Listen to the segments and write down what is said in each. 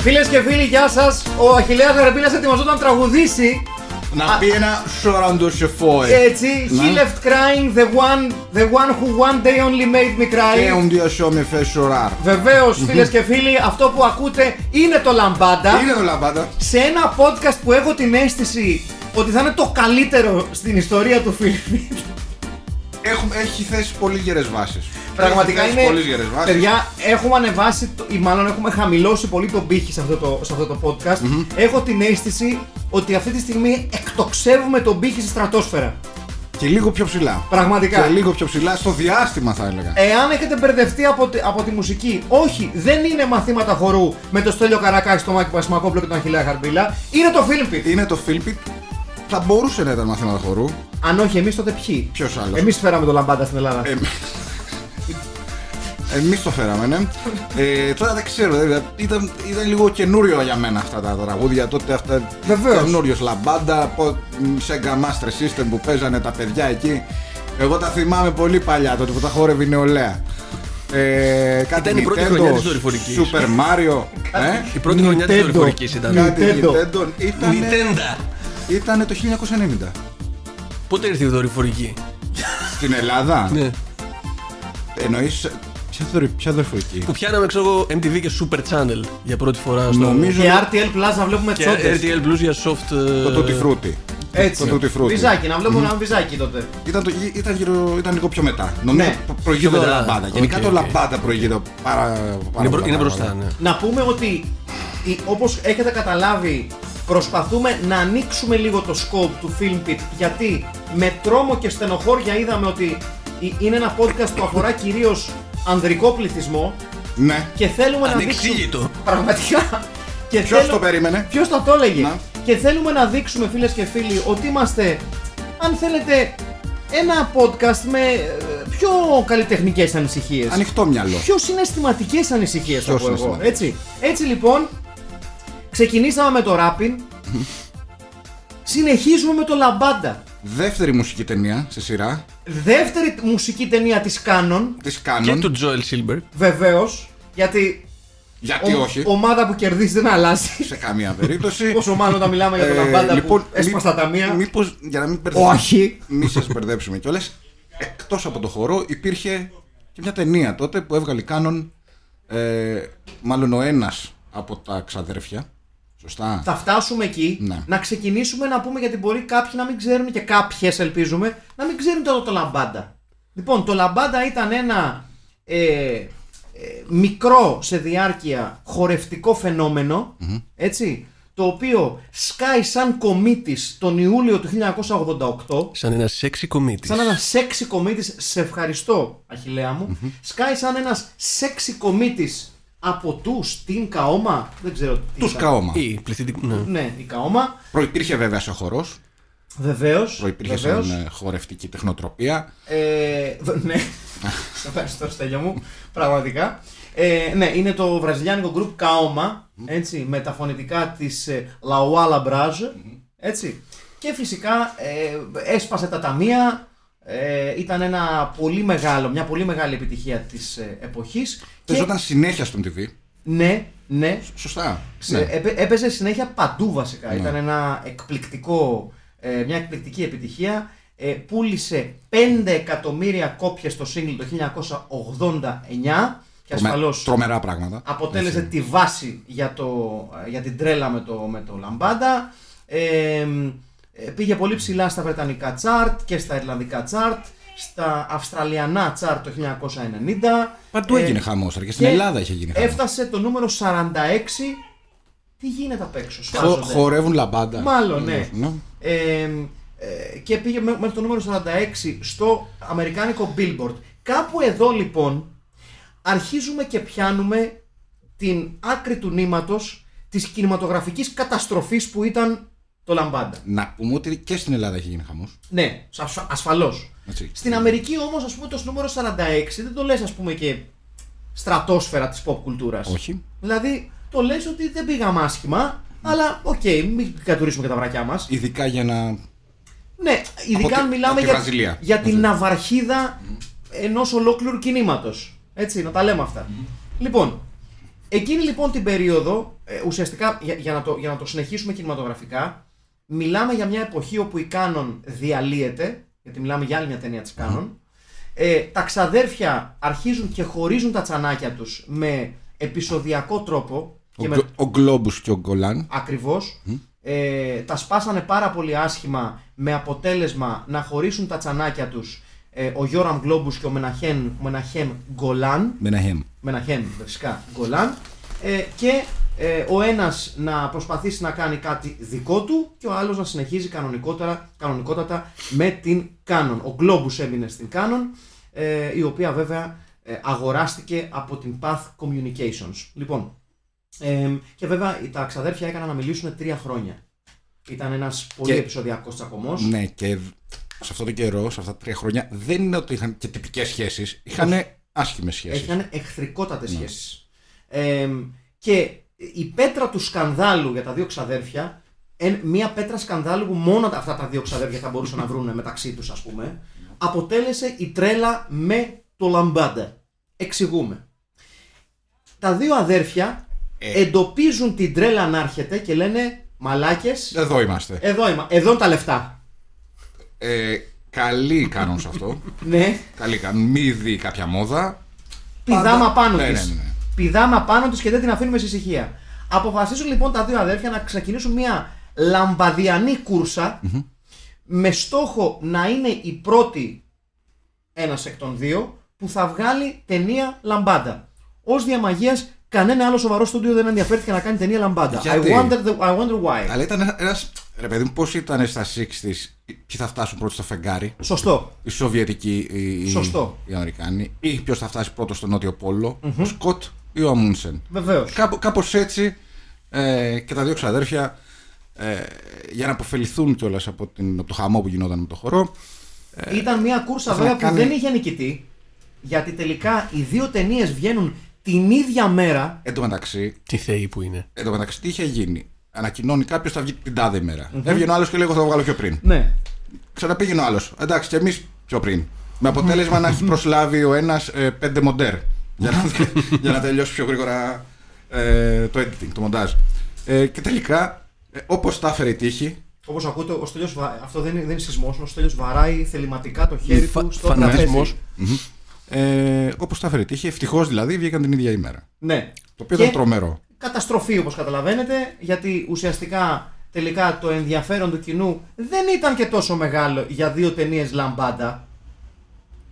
Φίλε και φίλοι, γεια σας. Ο Αχηλέα Γαρμπίλας ετοιμαζόταν να τραγουδήσει. Να πει ένα σοραντο σεφόε. Ε, Έτσι, he left crying the one, the one who one day only made me Και cry. un dia show me fez chorar. Βεβαίω, φίλες και φίλοι, αυτό που ακούτε είναι το λαμπάντα. Είναι το λαμπάτα. σε ένα podcast που έχω την αίσθηση ότι θα είναι το καλύτερο στην ιστορία του Φίλιππ. Έχουμε, έχει θέσει πολύ γερές βάσεις. Πραγματικά είναι. Πολύ γερέ βάσει. Παιδιά, έχουμε ανεβάσει, το- ή μάλλον έχουμε χαμηλώσει πολύ τον πύχη σε αυτό το, σε αυτό το podcast. Έχω την αίσθηση ότι αυτή τη στιγμή εκτοξεύουμε τον πύχη στη στρατόσφαιρα. Και λίγο πιο ψηλά. Πραγματικά. Ε. Και λίγο πιο ψηλά στο διάστημα θα έλεγα. Εάν έχετε μπερδευτεί από, τη- από τη μουσική, όχι, δεν είναι μαθήματα χορού με το Στέλιο Καρακάκη, τον Μάκη Πασμακόπλο και τον Αχιλέα Χαρμπίλα. Είναι το Φίλιππ. Είναι το Φίλπιτ. Θα μπορούσε να ήταν μαθήματα χορού. Αν όχι, εμείς τότε ποιοι. Ποιος άλλος? Ε, Εμείς φέραμε το λαμπάντα στην Ελλάδα. Εμείς το φέραμε, ναι. Ε, τώρα δεν ξέρω, δηλαδή, ήταν, ήταν λίγο καινούριο για μένα αυτά τα τραγούδια. Τότε αυτά. Βεβαίως. Καινούριος λαμπάντα, πο- Sega Master System που παίζανε τα παιδιά εκεί. Εγώ τα θυμάμαι πολύ παλιά τότε που τα χόρευε η νεολαία. Ε, κάτι Ήταν η πρώτη χρονιά της δορυφορικής. Super Mario. ε, Η πρώτη χρονιά της Nintendo. δορυφορικής ήταν. κάτι Nintendo. Nintendo. Ήτανε, Nintendo. ήτανε το 1990. Πότε ήρθε η δορυφορική. Στην Ελλάδα. Ναι. Εννοείς ποια, δορυ- ποια δορυφορική. Που πιάναμε ξέρω εγώ MTV και Super Channel για πρώτη φορά στο. Νομίζω Και RTL Plus να βλέπουμε Και τσόντες. RTL Blues για soft. ε, το Tutti Frutti. Έτσι. Το Tutti Frutti. Βυζάκι, να βλέπουμε ένα βυζάκι τότε. Ήταν, το, ήταν, γύρω, ήταν λίγο πιο μετά. Νομίζω Ναι. προ- προηγείται Πιο το μετά. λαμπάδα. Γενικά Οκ, το οκ. λαμπάδα προηγείται πάρα, πάρα Είναι, μπρο- πολλά είναι πράγματα. μπροστά, ναι. Να πούμε ότι η- όπως έχετε καταλάβει προσπαθούμε να ανοίξουμε λίγο το scope του Filmpit γιατί με τρόμο και στενοχώρια είδαμε ότι η- είναι ένα podcast που αφορά κυρίως ανδρικό πληθυσμό Ναι. και θέλουμε να δείξουμε... Ανεξήγητο. Πραγματικά. Και Ποιος το περίμενε? Ε, Ποιος θα το έλεγε. Να. Και θέλουμε να δείξουμε φίλες και φίλοι ότι είμαστε, αν θέλετε, ένα podcast με ε, πιο καλλιτεχνικές ανησυχίες. Ανοιχτό μυαλό. Πιο συναισθηματικές ανησυχίες θα Πιο πω εγώ. συναισθηματικές. Έτσι. Έτσι λοιπόν, ξεκινήσαμε με το rapping. συνεχίζουμε με το λαμπάντα. Δεύτερη μουσική ταινία στη σειρά. Δεύτερη μουσική ταινία της Κάνων, Της Και Κάνων. του Joel Silver. βεβαίως, γιατί Γιατί ο- όχι. ομάδα που κερδίζει δεν αλλάζει. Σε καμία περίπτωση. Ε, Πόσο μάλλον όταν μιλάμε για το λαμπάντα λοιπόν, που έσπασε τα ταμεία. Μήπως για να μην μπερδέψουμε. Όχι. Μην σας μπερδέψουμε κιόλας. Εκτός από το χορό υπήρχε και μια ταινία τότε που έβγαλε Κάνων. Ε, μάλλον ο ένας από τα ξαδέρφια. Σωστά. Θα φτάσουμε εκεί Ναι. να ξεκινήσουμε να πούμε γιατί μπορεί κάποιοι να μην ξέρουν και κάποιες ελπίζουμε να μην ξέρουν τώρα το λαμπάντα. Λοιπόν, το λαμπάντα ήταν ένα ε, ε, μικρό σε διάρκεια χορευτικό φαινόμενο, έτσι, το οποίο σκάει σαν κομίτης τον Ιούλιο του 1988 Σαν ένας σεξι κομίτης. σαν ένας σεξι κομίτης, σε ευχαριστώ Αχιλέα μου, σκάει σαν ένας σεξι κομίτης από τους την Καώμα, δεν ξέρω τι Τους ήταν. Καώμα. Ή πληθυντικό. Ναι. Ναι, η Καώμα. Προϋπήρχε βέβαια σε χορός, Βεβαίως. προϋπήρχε σαν ε, χορευτική τεχνοτροπία. Ε, δ- ναι. Σε ευχαριστώ, Στέλιο μου. Πραγματικά. Ε, ναι, είναι το βραζιλιάνικο group Kaoma. Έτσι, με τα φωνητικά της Λαουάλα Μπράζ. Έτσι. Και φυσικά ε, έσπασε τα ταμεία. Ε, ήταν ένα πολύ μεγάλο, μια πολύ μεγάλη επιτυχία της ε, εποχής και, Παίζονταν συνέχεια στον TV. ναι, ναι, Σωστά. Σε- Ναι. έπαι- Ε, Έπαιζε συνέχεια παντού βασικά. Ήταν ένα εκπληκτικό, ε, μια εκπληκτική επιτυχία. Ε, πούλησε 5 εκατομμύρια κόπιες στο single το 1989 και Τρομε- ασφαλώς Τρομερά πράγματα. αποτέλεσε Έτσι. τη βάση για, το, για την τρέλα με το, με το Λαμπάντα. Ε, ε, πήγε πολύ ψηλά στα βρετανικά τσάρτ και στα ιρλανδικά τσάρτ, στα αυστραλιανά τσάρτ το 1990. Παντού Ε, έγινε χαμός, ρε, και στην Ελλάδα είχε γίνει χαμός. Έφτασε το νούμερο 46. Τι γίνεται απ' έξω, Χο- σφάζονται. χορεύουν λαμπάντα. Μάλλον, ναι. Ναι. Ε, ε, και πήγε μέ- μέχρι το νούμερο 46 στο αμερικάνικο Billboard. Κάπου εδώ λοιπόν αρχίζουμε και πιάνουμε την άκρη του νήματος της κινηματογραφικής καταστροφής που ήταν το Λαμπάντα. Να πούμε ότι και στην Ελλάδα έχει γίνει χαμός. Ναι, ασφα- ασφαλώς. Έτσι. Στην Αμερική όμως ας πούμε το νούμερο 46 δεν το λες ας πούμε και στρατόσφαιρα της pop κουλτούρας. Όχι. Δηλαδή το λες ότι δεν πήγαμε άσχημα, αλλά οκ, μην κατουρίσουμε και τα βρακιά μας. Ειδικά για να. Ναι, ειδικά τη- αν μιλάμε από τη για, Βραζιλία. για την Έτσι. ναυαρχίδα ενός ολόκληρου κινήματος. Έτσι, να τα λέμε αυτά. Λοιπόν, Εκείνη λοιπόν την περίοδο, ε, ουσιαστικά για, για να το, για να το συνεχίσουμε κινηματογραφικά, μιλάμε για μια εποχή όπου η Κάνον διαλύεται, γιατί μιλάμε για άλλη μια ταινία της Κάνον, ε, τα ξαδέρφια αρχίζουν και χωρίζουν τα τσανάκια τους με επεισοδιακό τρόπο Ο, και με Γκλο- ο Γκλόμπους και ο Γκολάν. ακριβώς, ε, τα σπάσανε πάρα πολύ άσχημα με αποτέλεσμα να χωρίσουν τα τσανάκια τους ε, ο Γιώραμ Γκλόμπους και ο Μεναχέμ, Μεναχέμ Γκολάν Μεναχέμ. Μεναχέμ φυσικά Γκολάν ε, και ε, ο ένας να προσπαθήσει να κάνει κάτι δικό του και ο άλλος να συνεχίζει κανονικότερα, κανονικότατα με την Κάνον. Ο Globus έμεινε στην Κάνον ε, η οποία βέβαια ε, αγοράστηκε από την Path Communications. Λοιπόν, ε, και βέβαια τα ξαδέρφια έκαναν να μιλήσουν τρία χρόνια. Ήταν ένας πολύ Και- επεισοδιακός τσακωμός. Ναι, και σε αυτό το καιρό, σε αυτά τα τρία χρόνια, δεν είναι ότι είχαν και τυπικές σχέσεις. Είχαν άσχημες σχέσεις. Είχαν εχθρικότατες Ναι. σχέσεις. και η πέτρα του σκανδάλου για τα δύο ξαδέρφια, εν, μία πέτρα σκανδάλου που μόνο τα- αυτά τα δύο ξαδέρφια θα μπορούσαν να βρουν μεταξύ τους, ας πούμε, αποτέλεσε η τρέλα με το λαμπάντα. Εξηγούμε. Τα δύο αδέρφια Ε. εντοπίζουν την τρέλα να έρχεται και λένε Μαλάκες, Εδώ είμαστε. εδώ είμαι, εδώ είναι τα λεφτά. Ε, καλοί κάνουν σε αυτό. Ναι, καλοί κάνουν. Μη δει κάποια μόδα. πηδάμα Πάντα- πάνω Ναι, της. ναι, ναι, ναι. Πηδάμα πάνω τη και δεν την αφήνουμε σε ησυχία. Αποφασίζουν λοιπόν τα δύο αδέρφια να ξεκινήσουν μια λαμπαδιανή κούρσα, με στόχο να είναι η πρώτη ένας εκ των δύο που θα βγάλει ταινία λαμπάντα. Ως διαμαγείας, κανένα άλλο σοβαρό στούντιο δεν ενδιαφέρθηκε να κάνει ταινία λαμπάντα. I Γιατί? wonder, the- I wonder why. Αλλά ήταν ένα. Ρε παιδί μου, πώς ήταν στα 60s, ποιοι θα φτάσουν πρώτοι στο φεγγάρι. Σωστό. Οι Σοβιετικοί, οι, οι- Σωστό. οι Αμερικάνοι. Ή ποιος θα φτάσει πρώτος στο Νότιο Πόλο, ο Σκοτ ή ο Αμούνσεν. Βεβαίως. Κάπω κάπως έτσι ε, και τα δύο ξαδέρφια ε, για να αποφεληθούν κιόλας από, την- από το χαμό που γινόταν με το χορό. Ήταν μια κούρσα Ε, θα βέβαια που κάνει- δεν είχε νικητή. Γιατί τελικά οι δύο ταινίες βγαίνουν την ίδια μέρα. Εν τω μεταξύ, Τι θεοί που είναι. Εν τω μεταξύ, τι είχε γίνει. Ανακοινώνει κάποιος θα βγει την τάδε ημέρα. Έβγαινε ο άλλος και λέει: Εγώ θα το βγάλω πιο πριν. Ναι. Ξαναπήγαινε ο άλλος. Εντάξει, και εμείς πιο πριν. Με αποτέλεσμα να έχει προσλάβει ο ένας πέντε μοντέρ. Για να, για να τελειώσει πιο γρήγορα ε, το editing, το μοντάζ. Ε, και τελικά, ε, όπως τα έφερε η τύχη, Όπως ακούτε, ο Στέλιος, βα- αυτό δεν είναι, δεν είναι σεισμός. Ο Στέλιος βαράει θεληματικά το χέρι Φα- του στο φανατισμός. τραπέζι. ε, όπως τα έφερε η τύχη, ευτυχώς δηλαδή βγήκαν την ίδια ημέρα. Ναι. Το οποίο Και ήταν τρομερό. Καταστροφή όπως καταλαβαίνετε, γιατί ουσιαστικά τελικά το ενδιαφέρον του κοινού δεν ήταν και τόσο μεγάλο για δύο ταινίες λαμπάντα.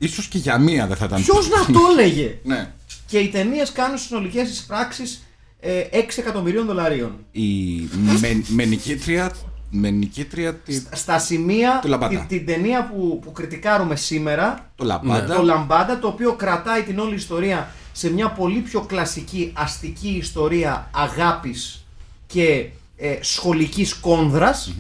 σω και για μία δεν θα ήταν. Ποιος να το έλεγε! Ναι. Και οι ταινίες κάνουν συνολικέ εισπράξει ε, 6 εκατομμυρίων δολαρίων. Η με, με νικήτρια. Με νικήτρια τη, Στα σημεία, Του Λαμπάντα. την, την ταινία που, που κριτικάρουμε σήμερα, το λαμπάντα. το Λαμπάντα, το οποίο κρατάει την όλη ιστορία σε μια πολύ πιο κλασική αστική ιστορία αγάπης και ε, σχολικής κόνδρας,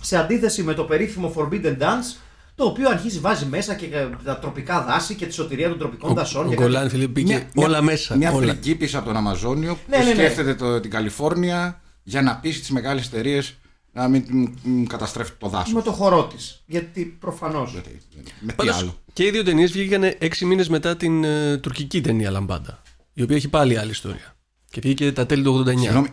σε αντίθεση με το περίφημο Forbidden Dance, το οποίο αρχίζει βάζει μέσα και ε, τα τροπικά δάση και τη σωτηρία των τροπικών δασών. Ο και Γκολάν Φιλίπ μπήκε όλα μέσα. Μια όλα. πριγκίπισσα από τον Αμαζόνιο Ναι, που ναι, ναι. σκέφτεται το, την Καλιφόρνια για να πείσει τις μεγάλες εταιρείες να μην την- μ, καταστρέφει το κάτι- δάσος. Με το χορό της. Γιατί προφανώς. Με τι Πάντως, άλλο. και οι δύο ταινίες βγήκαν έξι μήνες μετά την ε, τουρκική ταινία Λαμπάντα. Η οποία έχει πάλι άλλη ιστορία. Και βγήκε τα τέλη του 89. Συγγνώμη,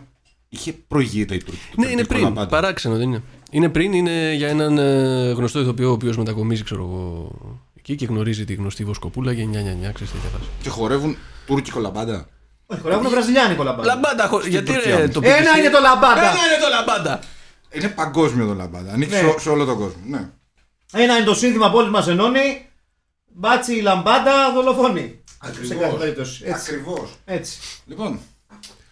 είχε προηγείται η Τουρκία. Ναι, είναι πριν. Παράξενο, δεν είναι. Είναι πριν, είναι για έναν ε, γνωστό ηθοποιό ο οποίος μετακομίζει, ξέρω εγώ, εκεί και γνωρίζει τη γνωστή Βοσκοπούλα και 999, ξέρεις τέτοια φάση. Και χορεύουν Τούρκικο λαμπάντα. Όχι, χορεύουν βραζιλιάνικο λαμπάντα. Λαμπάντα, χω- γιατί Τουρκία ρε, όμως. το Ένα πήγες- είναι το λαμπάντα. Ένα είναι το λαμπάντα! Είναι παγκόσμιο το λαμπάντα. Ανήκει Ναι. σε, σε όλο τον κόσμο. Ναι. Ένα είναι το σύνθημα που όλους μας ενώνει. Μπάτσι λαμπάντα δολοφόνη. Σε κάθε περίπτωση. Έτσι. Ακριβώς. Έτσι. Λοιπόν,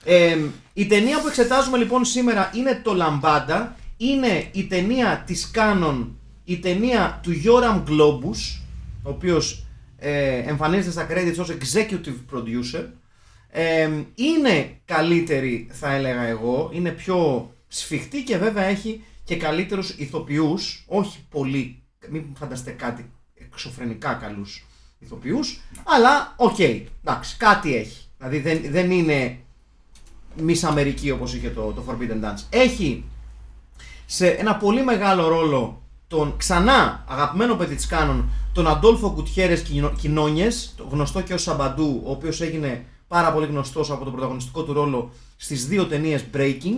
Ε, η ταινία που εξετάζουμε λοιπόν σήμερα είναι το Λαμπάντα. Είναι η ταινία της Κάνον, η ταινία του Γιώραμ Γκλόμπους, ο οποίος ε, εμφανίζεται στα credits ως executive producer. Ε, είναι καλύτερη θα έλεγα εγώ, είναι πιο σφιχτή και βέβαια έχει και καλύτερους ηθοποιούς, όχι πολύ, μην φανταστείτε κάτι εξωφρενικά καλούς ηθοποιούς, αλλά οκ, εντάξει, κάτι έχει. Δηλαδή δεν, δεν είναι Miss Αμερική όπως είχε το, το Forbidden Dance. Έχει σε ένα πολύ μεγάλο ρόλο τον ξανά αγαπημένο παιδί της Κάνων, τον Αντόλφο Κουτιέρες Κοινόνιες, το γνωστό και ως Σαμπαντού, ο οποίος έγινε πάρα πολύ γνωστός από τον πρωταγωνιστικό του ρόλο στις δύο ταινίες Breaking.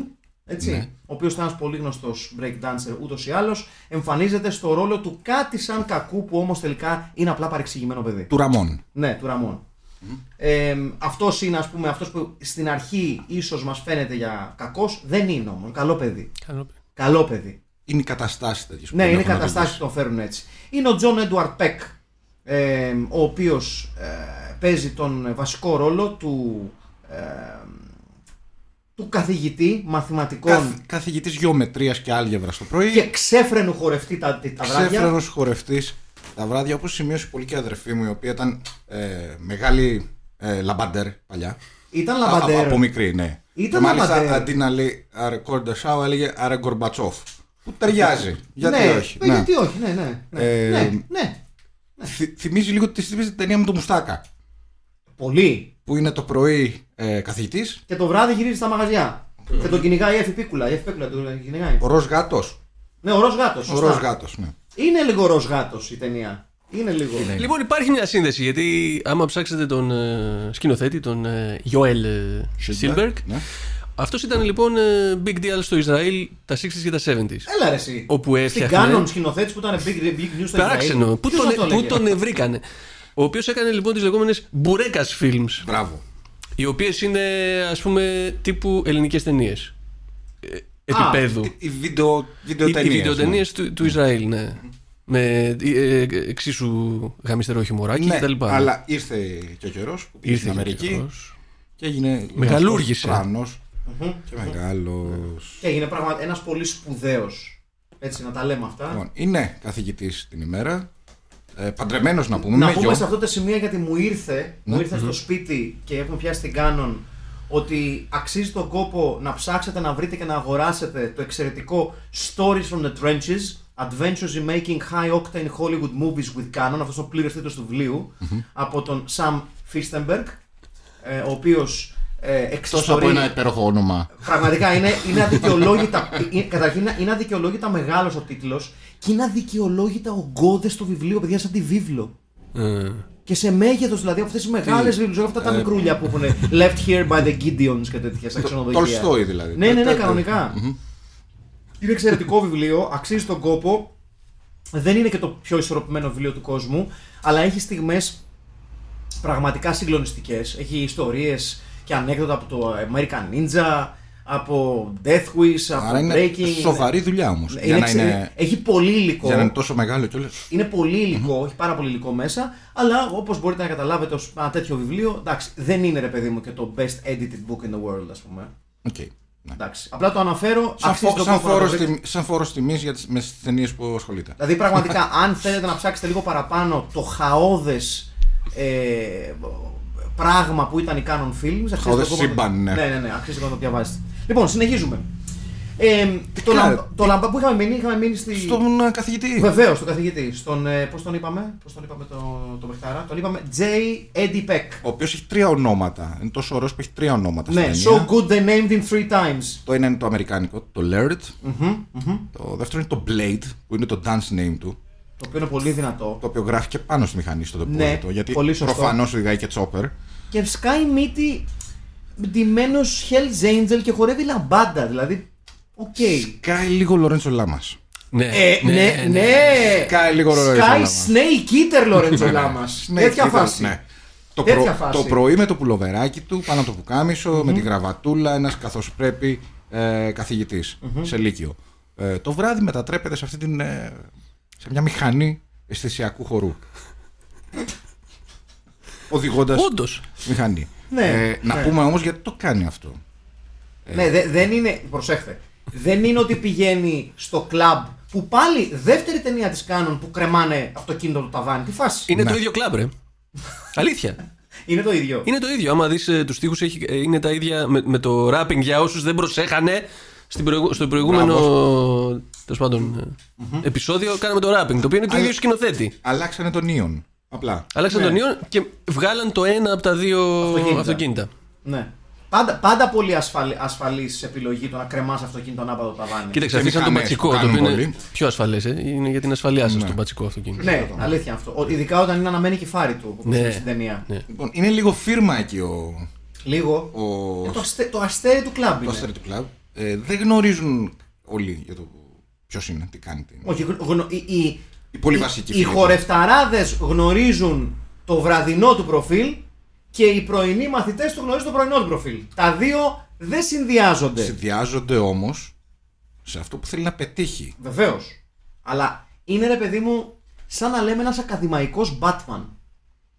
Έτσι, Ναι. Ο οποίος ήταν ένας πολύ γνωστός breakdancer ούτως ή άλλως. Εμφανίζεται στο ρόλο του κάτι σαν κακού που όμως τελικά είναι απλά παρεξηγημένο παιδί. Του Ραμόν. Ναι, του Ραμόν. Ε, αυτός είναι, ας πούμε, αυτός που στην αρχή ίσως μας φαίνεται για κακός, δεν είναι όμως. Καλό παιδί. Καλό. Καλό παιδί. Είναι οι καταστάσεις τέτοιες. Ναι, είναι καταστάσει που τον φέρουν έτσι. Είναι ο Τζον Έντουαρτ Πεκ, ε, ο οποίος παίζει τον βασικό ρόλο του, ε, του καθηγητή μαθηματικών Καθηγητής γεωμετρίας και άλγευρας το πρωί. και ξέφρενου χορευτή τα, τα βράδια. Ξέφρενος χορευτής τα βράδια, όπως σημείωσε πολύ και η αδερφή μου, η οποία ήταν ε, μεγάλη ε, λαμπαντέρ παλιά. Ήταν Α, λαμπαντέρ. από μικρή, ναι. Ήταν και μάλιστα λαμπαντέρ. αντί να λέει Αρε Κόρντα έλεγε Αρε Γκορμπατσόφ. Που ταιριάζει. Γιατί ναι, όχι. ναι, Να. Γιατί όχι, ναι, ναι. ναι, Ε, ναι, ναι. Θυ- θυμίζει λίγο τη στιγμή στην ταινία με τον Μουστάκα. Πολύ. Που είναι το πρωί ε, καθηγητής, Και το βράδυ γυρίζει στα μαγαζιά. Και τον κυνηγάει η Εφηπίκουλα. Η Εφηπίκουλα τον κυνηγάει. ο ροζ γάτος. Ναι, ο ροζ γάτος. Ο ροζ γάτος, ναι. Είναι λίγο ροζ γάτος η ταινία. Είναι λίγο. Λοιπόν, υπάρχει μια σύνδεση γιατί άμα ψάξετε τον ε, σκηνοθέτη, τον ε, Joel ε, Silberg, Ναι. αυτός ήταν λοιπόν ε, big deal στο Ισραήλ τα 60s και τα 70s. Έλα ρε εσύ. Όπου Στην έφτιαχνε- Κάνον σκηνοθέτης που ήταν big, big news στο Παράξενο. Ισραήλ. Πού Ποιος τον, ε, θα το πού έλεγε? τον βρήκανε. Ο οποίος έκανε λοιπόν τις λεγόμενες μπουρέκας films, Μπράβο. οι οποίες είναι ας πούμε τύπου ελληνικές ταινίες. Επιπέδου. Οι βίντεο, ναι. Οι, οι βιντεοτενίες, βιντεοτενίες του, του Ισραήλ, ναι. Με ε, ε, εξίσου γαμιστερό χιουμοράκι Ναι, και τα λοιπά. αλλά ήρθε και ο καιρός που πήγε Ήρθε στην και ο Αμερική καιρός. και έγινε. Μεγαλούργησε. Πράνος Μμμ. και μεγάλος. Και έγινε πράγματι ένας πολύ σπουδαίος. Έτσι, να τα λέμε αυτά. Λοιπόν, είναι καθηγητής την ημέρα. Ε, Παντρεμένος να πούμε. Να με γιο. πούμε σε αυτό το σημείο γιατί μου ήρθε, Ναι. μου ήρθε στο σπίτι και έχουμε πιάσει την Κάνον ότι αξίζει τον κόπο να ψάξετε, να βρείτε και να αγοράσετε το εξαιρετικό Stories from the Trenches Adventures in Making High Octane Hollywood Movies with Canon, αυτός ο πλήρες τίτλος του βιβλιου από τον Sam Fistenberg, ε, ο οποίος ε, Τόσο από εξιστορεί- ένα υπέροχο όνομα. Πραγματικά είναι, είναι αδικαιολόγητα. ε, καταρχήν είναι- είναι αδικαιολόγητα μεγάλος ο τίτλος και είναι αδικαιολόγητα ογκώδες το βιβλίο, παιδιά, σαν τη βίβλο. Ε, Και σε μέγεθος δηλαδή από αυτές τις μεγάλε βιβλίε, αυτά τα Ε, μικρούλια που έχουν left here by the Gideons και τέτοια στα ξενοδοχεία. Τολστόι δηλαδή. Ναι, ναι, ναι, Τε- τε- κανονικά. Είναι εξαιρετικό βιβλίο, αξίζει τον κόπο. Δεν είναι και το πιο ισορροπημένο βιβλίο του κόσμου, αλλά έχει στιγμές πραγματικά συγκλονιστικές. Έχει ιστορίες και ανέκδοτα από το American Ninja, από Death Wish, από Άρα είναι Breaking. Ναι, σοβαρή δουλειά όμως. Είναι Για, να εξαιρε- είναι- Έχει πολύ υλικό. για να είναι τόσο μεγάλο κιόλα. Είναι πολύ υλικό, έχει πάρα πολύ υλικό μέσα, αλλά όπως μπορείτε να καταλάβετε, ως ένα τέτοιο βιβλίο, εντάξει, δεν είναι ρε παιδί μου και το best edited book in the world, ας πούμε. Okay. Ναι. Εντάξει. Απλά το αναφέρω. Σαν, αξίζει φο- τον σαν, κόπο να το φόρος βρείτε. τιμ- σαν φόρος τιμής για τις, με τις ταινίες που ασχολείται. Δηλαδή, πραγματικά, αν θέλετε να ψάξετε λίγο παραπάνω το χαόδες ε, πράγμα που ήταν οι Canon Films. αξίζει χαόδες τον κόπο να το- σύμπαν, ναι. Ναι, ναι, ναι, αξίζει τον κόπο να το διαβάσετε. Λοιπόν, συνεχίζουμε. Ε, το, κάνετε, λαμπ- το λαμπά που είχαμε μείνει, είχαμε μείνει στη. Στον ε, καθηγητή. Βεβαίως, τον καθηγητή. Στον. Ε, Πώς τον είπαμε, πώς τον είπαμε τον, τον παιχτάρα. Τον είπαμε J. Eddie Peck. Ο οποίος έχει τρία ονόματα. Είναι τόσο ωραίος που έχει τρία ονόματα Ναι, στην ταινία. so good they named him three times. Το ένα είναι το αμερικάνικο, το Laird. Το δεύτερο είναι το Blade, που είναι το dance name του. Το οποίο είναι πολύ δυνατό. Το οποίο γράφει και πάνω στη μηχανή στο Ναι, τεπόζιτο. γιατί πολύ σωστό. προφανώς οδηγάει και Chopper. Και σκάει μύτη ντυμένος Hells Angel και χορεύει λαμπάντα. Δηλαδή. Οκ. Κάει λίγο Λορέντσο Λάμας. ναι, Ε, ναι, ναι. Σκάει λίγο Λορέντσο Σκάει Λάμας. Snake Eater Λορέντζο Λάμας. Τέτοια φάση. ναι. Το, Τέτοια προ- φάση. το πρωί με το πουλοβεράκι του, πάνω από το πουκάμισο, με τη γραβατούλα, ένας καθώς πρέπει ε, καθηγητης σε λύκειο. Ε, το βράδυ μετατρέπεται σε αυτή την. ε, σε μια μηχανή αισθησιακού χορού. Οδηγώντας Όντως. μηχανή. Ναι, Ε, να ναι. πούμε όμως γιατί το κάνει αυτό. Ναι, δε- δεν είναι. Προσέχτε. Δεν είναι ότι πηγαίνει στο κλαμπ που πάλι δεύτερη ταινία της κάνουν που κρεμάνε αυτοκίνητο από το ταβάνι. Τι φάση. Ναι. Είναι το ίδιο κλαμπ, ρε. Αλήθεια. Είναι το ίδιο. Είναι το ίδιο. Άμα δεις ε, τους τοίχου, είναι τα ίδια με, με το rapping για όσους δεν προσέχανε. Στην προηγου- στο προηγούμενο τέλος πάντων, ε, επεισόδιο κάναμε το rapping, το οποίο είναι του Αλλά- ίδιου σκηνοθέτη. Αλλάξανε τον Ιον. Απλά. Αλλάξαν τον ιό και βγάλαν το ένα από τα δύο Αυτοκίνητα. αυτοκίνητα. Ναι. Πάντα, πάντα πολύ ασφαλή ασφαλής επιλογή το να κρεμάς αυτοκίνητο ανάποδο το ταβάνι. Κοίταξε, Και αφήσαν τον μηχανές πατσικό, που το οποίο κάνουν είναι πολύ. πιο ασφαλές. Είναι για την ασφαλεία σας το πατσικό αυτοκίνητο. Ναι, αλήθεια αυτό. Ο- Ειδικά όταν είναι αναμένει κεφάρι του, όπως Ναι. στην ταινία. Ναι. Λοιπόν, είναι λίγο φίρμα εκεί ο, Λίγο. ο... Ε, Το, αστε- το αστέρι του κλαμπ το είναι. Αστέρι του Κλαμπ. Ε, δεν γνωρίζουν όλοι για το ποιος είναι, τι κάνει. Τι είναι. Όχι, γνω- γνω- οι, οι, Οι πολύ βασικοί. οι χορευταράδες γνωρίζουν το βραδινό του προφίλ και οι πρωινοί μαθητές του γνωρίζουν το πρωινό του προφίλ. Τα δύο δεν συνδυάζονται. Συνδυάζονται όμως σε αυτό που θέλει να πετύχει. Βεβαίως. Αλλά είναι ρε παιδί μου σαν να λέμε ένας ακαδημαϊκός Batman.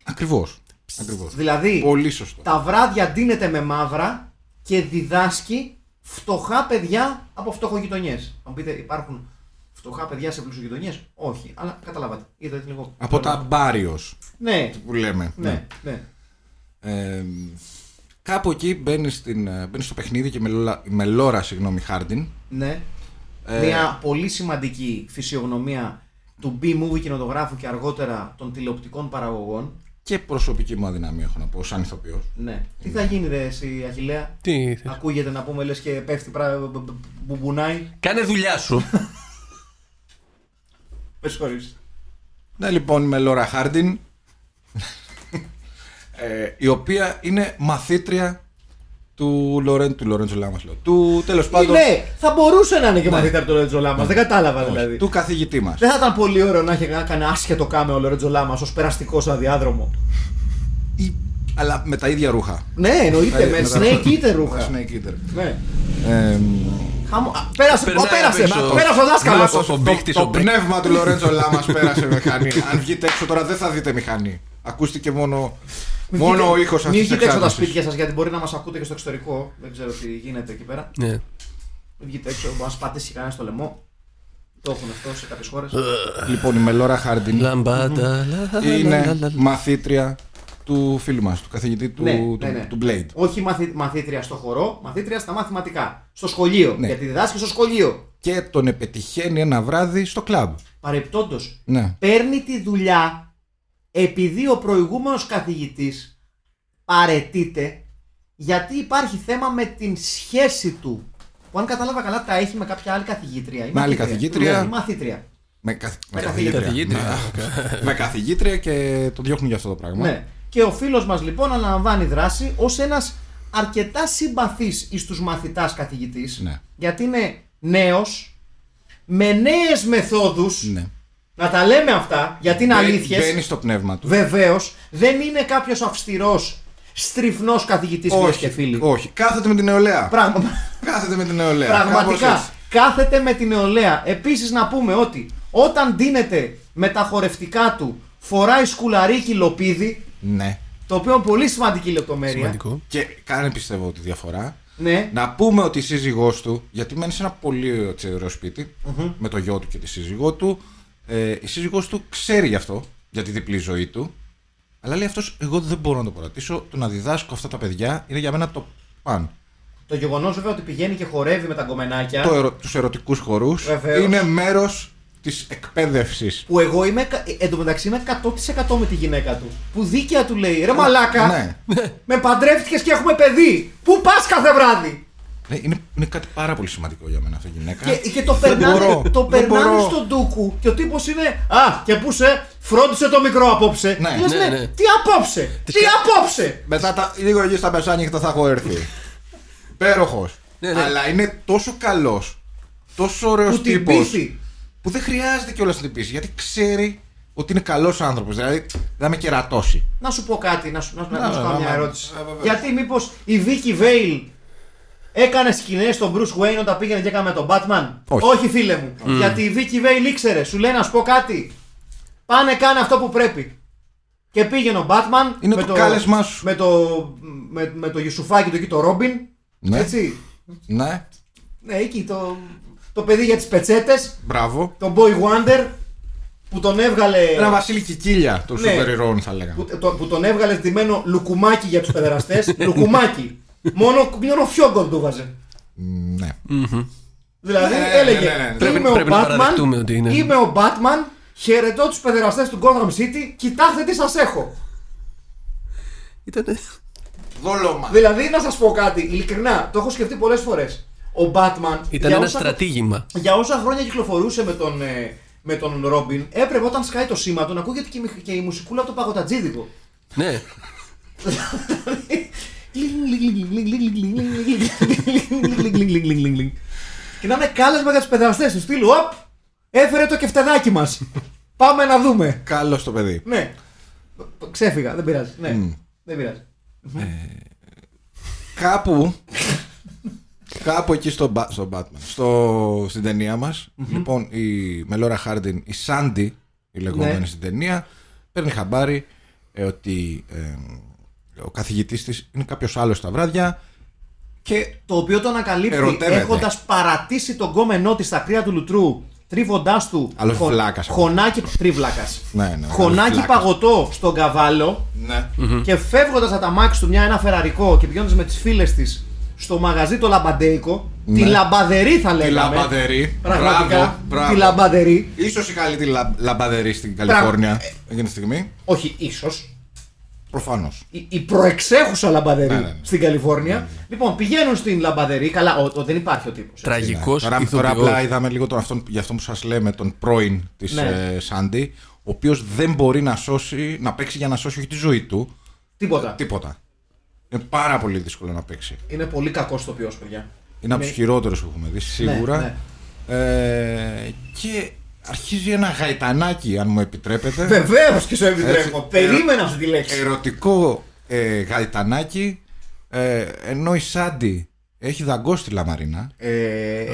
Ακριβώ. Ακριβώς. Δηλαδή Πολύ σωστό. τα βράδια ντύνεται με μαύρα και διδάσκει φτωχά παιδιά από φτωχογειτονιές. Αν πείτε υπάρχουν φτωχά παιδιά σε πλούσιογειτονιές, όχι. Αλλά καταλάβατε. Είδατε λίγο. Από τα μπάριο Ναι, που λέμε. ναι, ναι. Ε, κάπου εκεί μπαίνει, στην, ε, μπαίνει στο παιχνίδι και με, Λόλα- με Λόρα, συγγνώμη, Χάρντιν. ναι. Μια πολύ σημαντική φυσιογνωμία του B-movie κινηματογράφου και αργότερα των τηλεοπτικών παραγωγών. Και προσωπική μου αδυναμία έχω να πω, σαν ηθοποιός. Ναι. Τι θα γίνει ρε εσύ Αχιλέα. Τι θες. Ακούγεται να πούμε λες και πέφτει πρα... μπ- μπ- μπ- μπουμπουνάει. Κάνε δουλειά σου. Με συγχωρείς. Ναι, λοιπόν, με Λόρα Χάρντιν. ε, η οποία είναι μαθήτρια του Λορέντ, του Λορέντζο Λάμας, λέω. Του τέλος πάντων. Ναι, θα μπορούσε να είναι και μαθητή από το Ρετζολά μα. Δεν κατάλαβα δηλαδή. Ναι. Του καθηγητή μας. Δεν θα ήταν πολύ ωραίο να είχε κάνει άσχετο κάμεο ο Λορετζολά μα ως περαστικός σαν διάδρομο. Αλλά με τα ίδια ρούχα. Ναι, εννοείται με τα- Snake Eater με τα ρούχα. Snake Eater. Ναι. Ε, Χαμο... Α, Πέρασε, ο, Περνάει πέρασε, απ' έξω. πέρασε ο Να δάσκαλο. το- ο μπήκτης, το ο μπήκτης. πνεύμα του Λορέντζο Λάμας πέρασε μηχανή. Αν βγείτε έξω τώρα δεν θα δείτε μηχανή. Ακούστηκε μόνο, μόνο ο ήχος αυτής. Μην βγείτε έξω τα σπίτια σας γιατί μπορεί να μας ακούτε και στο εξωτερικό. Δεν ξέρω τι γίνεται εκεί πέρα. ναι. Μην βγείτε έξω, μπορεί να σας πατήσει κανένα στο λαιμό. Το έχουν αυτό σε κάποιες χώρες. Λοιπόν, η Μελόρα Χάρντιν Λαμπάτα. λα, λα, λα, είναι λα, λα. μαθήτρια του φίλου μας, του καθηγητή του, Ναι, του, ναι, ναι. του Blade. Όχι μαθη- μαθήτρια στο χορό, μαθήτρια στα μαθηματικά. Στο σχολείο. Ναι. Γιατί διδάσκει στο σχολείο. Και τον επιτυχαίνει ένα βράδυ στο κλαμπ. Παρεπτόντως, Ναι. παίρνει τη δουλειά επειδή ο προηγούμενος καθηγητής παρετείται γιατί υπάρχει θέμα με την σχέση του που αν κατάλαβα καλά τα έχει με κάποια άλλη καθηγήτρια. ή Με άλλη καθηγήτρια. Ή μαθήτρια. Με, καθ... με καθηγήτρια. Καθηγήτρια. Ναι. με καθηγήτρια και το διώχνουν για αυτό το πράγμα. Ναι. Και ο φίλος μας λοιπόν αναλαμβάνει δράση ως ένας αρκετά συμπαθής εις τους μαθητάς καθηγητής Ναι. γιατί είναι νέος με νέες μεθόδους Ναι. να τα λέμε αυτά γιατί είναι Μπαίνει- αλήθειες Μπαίνει στο πνεύμα του. Βεβαίως, δεν είναι κάποιος αυστηρός, στριφνός καθηγητής κυρίε και φίλοι. όχι. Κάθεται με την νεολαία. Πράγμα- Κάθεται με την νεολαία. Ε, Κάπως πραγματικά έτσι. κάθεται με την νεολαία. Επίσης να πούμε ότι όταν ντύνεται με τα χορευτικά του, φοράει σκουλαρίκι λοπίδι, Ναι. το οποίο είναι πολύ σημαντική λεπτομέρεια. Σημαντικό. Και κάνε πιστεύω τη διαφορά. Ναι, Να πούμε ότι η σύζυγός του, γιατί μένει σε ένα πολύ έτσι, ωραίο σπίτι, με το γιο του και τη σύζυγό του, ε, η σύζυγός του ξέρει γι' αυτό, για τη διπλή ζωή του, αλλά λέει αυτός, εγώ δεν μπορώ να το παρατήσω, το να διδάσκω αυτά τα παιδιά είναι για μένα το παν. το γεγονός βέβαια ότι πηγαίνει και χορεύει με τα γκομενάκια. Το ερω, τους ερωτικούς χορούς Βεβαίως. είναι μέρος της εκπαίδευσης. Που εγώ είμαι, κα- ε, εν τω μεταξύ είμαι 100% με τη γυναίκα του. Που δίκαια του λέει: Ρε μαλάκα, Ναι. με παντρεύτηκες και έχουμε παιδί. Πού πας κάθε βράδυ. Ναι, είναι, είναι κάτι πάρα πολύ σημαντικό για μένα αυτή η γυναίκα. Και, και το Δεν περνάνε, μπορώ, το δεν περνάνε μπορώ. στον ντούκου και ο τύπος είναι Α, και πού σε, φρόντισε το μικρό απόψε. Ναι, Λες, ναι, ναι, ναι. Τι απόψε, τι απόψε. Μετά τα, λίγο εκεί στα μεσάνυχτα θα έχω έρθει. Υπέροχο. Ναι, ναι. Αλλά είναι τόσο καλός, τόσο ωραίος Που την τύπος. πείθει. Που δεν χρειάζεται κιόλας να την πείσει. Γιατί ξέρει ότι είναι καλός άνθρωπος. Δηλαδή δεν θα με κερατώσει. Να σου πω κάτι, να σου, να, να, Ναι, σου κάνω ναι, μια ναι, ερώτηση. ναι, βεβαίως. Γιατί μήπως η Vicky Vale έκανε σκηνές στον Bruce Wayne όταν πήγαινε και έκανε με τον Batman. Όχι. φίλε μου. Γιατί η Vicky Vale ήξερε, σου λέει να σου πω κάτι. Πάνε, κάνε αυτό που πρέπει. Και πήγαινε ο Batman Είναι το κάλεσμά σου. με το, με, με το Γιουσουφάκι του εκεί, το Ρόμπιν. Ναι. Έτσι. Ναι, Ναι, εκεί το, το παιδί για τις πετσέτες, μπράβο. τον Boy Wonder που τον έβγαλε. Ένα βασίλη Κικίλια των Ναι. σούπερ ηρώων θα λέγαμε. Που, το, που τον έβγαλε ντυμένο λουκουμάκι για τους παιδεραστές. λουκουμάκι. μόνο, μόνο φιόγκον του βάζε. Ναι. Δηλαδή Ναι, ναι, ναι, έλεγε ναι, ναι, ναι. Πρέπει- είμαι, ο πρέπει να Batman, παραδεχτούμε ότι είναι. είμαι ο Batman, χαιρετώ τους παιδεραστές του Gotham City, κοιτάξτε τι σας έχω. Ήτανε. Δόλωμα. δηλαδή να σας πω κάτι, ειλικρινά, το έχω σκεφτεί πολλές φορές. Ο Batman Ήταν για ένα όσα- στρατήγημα. για όσα χρόνια κυκλοφορούσε με τον, ε, με τον Ρόμπιν, έπρεπε όταν σκάει το σήμα του να ακούγεται και, η μι- και η μουσικούλα από το παγωτατζίδικο. Ναι. Και να είναι κάλεσμα για τους παιδραστέ του στήλου. Οπ! Έφερε το κεφτεδάκι μας. Πάμε να δούμε. Καλό το παιδί. Ναι. Ξέφυγα, δεν πειράζει. Ναι. Δεν πειράζει. Κάπου. Κάπου εκεί στο, Ba- στο Batman. Στο, στην ταινία μας. Λοιπόν, η Μελόρα Χάρντιν, η Σάντι, η λεγόμενη Ναι. στην ταινία, παίρνει χαμπάρι ε, ότι ε, ο καθηγητής της είναι κάποιος άλλος τα βράδια και Το οποίο το ανακαλύπτει Ερωτεύεται. έχοντας παρατήσει τον κόμενό της στα κρύα του λουτρού, τρίβοντάς του Άλλος χο- βλάκας. χωνάκι τρίβλακας. Ναι, ναι, άλλος χωνάκι βλάκας. παγωτό στον καβάλο Ναι. και φεύγοντας από τα μάξι του μια ένα φεραρικό και πηγαίνοντας με τις φίλες της στο μαγαζί το λαμπαντέικο, τη λαμπαδερή θα Ναι. Τη λέγαμε. λαμπαδερή. Πραγματικά. Μπράβο, μπράβο. Τη λαμπαδερή. Ίσως η καλύτερη λα, λαμπαδερή στην Καλιφόρνια εκείνη τη στιγμή. Όχι, ίσως. Προφανώς. Η, η προεξέχουσα λαμπαδερή Ναι, ναι, ναι. στην Καλιφόρνια. Λοιπόν, πηγαίνουν στην λαμπαδερή. Καλά, ο, ο- δεν υπάρχει ο τύπος. Τραγικός Τώρα, τώρα απλά είδαμε λίγο τον αυτόν, για αυτόν που σας λέμε, τον πρώην της Ναι. ε, Σάντι, ο οποίος δεν μπορεί να, σώσει, να παίξει για να σώσει όχι τη ζωή του, Τίποτα. τίποτα. Είναι πάρα πολύ δύσκολο να παίξει. Είναι πολύ κακός το ποιό, παιδιά. Είναι από τους χειρότερους που έχουμε δει, σίγουρα. Ναι, Ε, και αρχίζει ένα γαϊτανάκι, αν μου επιτρέπετε. Βεβαίως και σου επιτρέπω. Έτσι. ε, Περίμενα αυτή τη λέξη. ερωτικό ε, γαϊτανάκι ε, ενώ η Σάντι έχει δαγκώσει τη Λαμαρίνα Ε,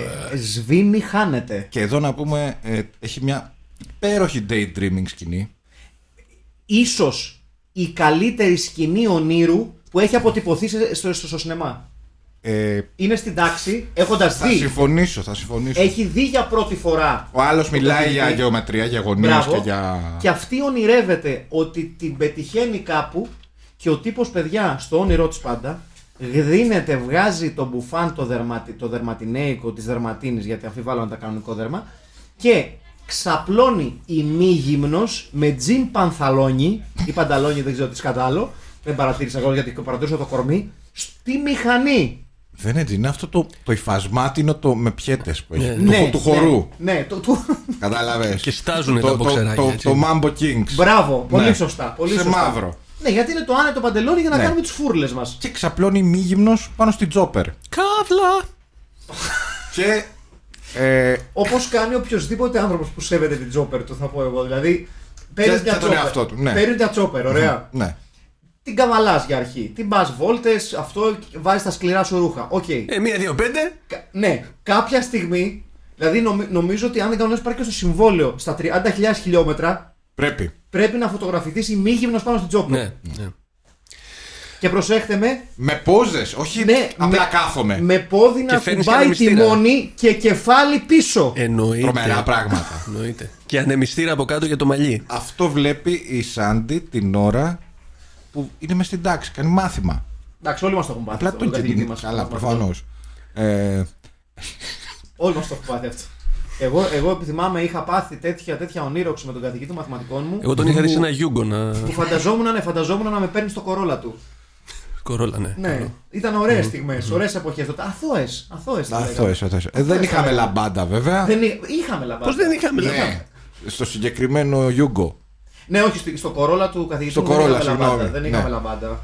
σβήνει, χάνεται. και εδώ να πούμε ε, έχει μια υπέροχη daydreaming σκηνή Ίσως η καλύτερη σκηνή ονείρου που έχει αποτυπωθεί σε- στο, στο, στο σινεμά. ε, Είναι στην τάξη, έχοντας θα δει. συμφωνήσω, θα συμφωνήσω Έχει δει για πρώτη φορά. ο άλλος μιλάει για δει. γεωμετρία, για γωνίες Μπράβο. και για... Και αυτή ονειρεύεται ότι την πετυχαίνει κάπου και ο τύπος παιδιά στο όνειρό της πάντα γδίνεται, βγάζει το μπουφάν το, δερματι, το δερματινέικο της δερματίνης γιατί αμφιβάλλω τα κανονικό δέρμα και ξαπλώνει η μη γυμνος με τζιν πανθαλόνι ή πανταλόνι δεν ξέρω τι σκατάλο δεν παρατήρησα εγώ γιατί παρατήρησα το κορμί στη μηχανή δεν είναι έτσι, είναι αυτό το, το υφασμάτινο το με πιέτες που έχει, Ναι. του, του χορού ναι, ναι, το, του- κατάλαβες Και στάζουνε Το- τα το- μποξεράκια, το, έτσι. το, Mambo Kings Μπράβο, πολύ Ναι. σωστά. Πολύ Σε σωστά. μαύρο. Ναι, γιατί είναι το άνετο παντελόνι για να Ναι. κάνουμε τις φούρλες μας. και ξαπλώνει μη γυμνος πάνω στην τζόπερ Καύλα! και ε, Όπως κάνει οποιοδήποτε άνθρωπος που σέβεται την τζόπερ του, θα πω εγώ. Δηλαδή, παίρνεις Και- μια και τον τσόπερ. εαυτό του, ναι. Παίρνεις μια τσόπερ, ωραία. ναι την καβαλά για αρχή. Την πα βόλτες, αυτό βάζεις τα σκληρά σου ρούχα. Οκ. Ε, μία, δύο, πέντε. Κα- Ναι, κάποια στιγμή, δηλαδή νομι- νομίζω ότι αν δεν κάνω λάθος, υπάρχει και στο συμβόλαιο στα 30.000 χιλιόμετρα πρέπει πρέπει να φωτογραφηθείς η μη γυμνος πάνω στην τζόπερ. Ναι, ναι. Και προσέχτε με, Με πόζες, όχι Ναι, απλά με- κάθομαι. με πόδι Και να φέρνεις και κουμπάει ανεμιστήρα. τιμόνι και κεφάλι πίσω. Ε. Εννοείται. Τρομερά πράγματα. Εννοείται. Και ανεμιστήρα από κάτω για το μαλλί. Αυτό βλέπει η Σάντι την ώρα που είναι μες στην τάξη, κάνει μάθημα. Εντάξει, όλοι μας το έχουμε πάθει. Απλά αυτό, τον τον καθηγητή κεντρική μας. Καλά, προφανώ. Ε, Όλοι μας το έχουμε πάθει αυτό. Εγώ, εγώ επιθυμάμαι, είχα πάθει τέτοια, τέτοια ονείροξη με τον καθηγητή των μαθηματικών μου. Εγώ τον είχα δει σε ένα γιούγκο να. Που φανταζόμουν, ναι, φανταζόμουν να με παίρνει στο κορόλα του. Κορόλα, ναι. Ναι, ήταν ωραίες στιγμέ, ωραίες εποχές τότε. Αθώες, αθώες. αθώες, αθώες. Ε, Δεν είχαμε λαμπάντα βέβαια. Δεν εί- είχαμε λαμπάδα. Πώς δεν είχαμε Ναι. λεφτά. Στο συγκεκριμένο Γιούγκο. Ναι, όχι, στη- στο κορόλα του καθηγητή. Στο μου Corolla, δεν είχαμε λαμπάδα. συγγνώμη, Δεν είχαμε ναι. λαμπάδα.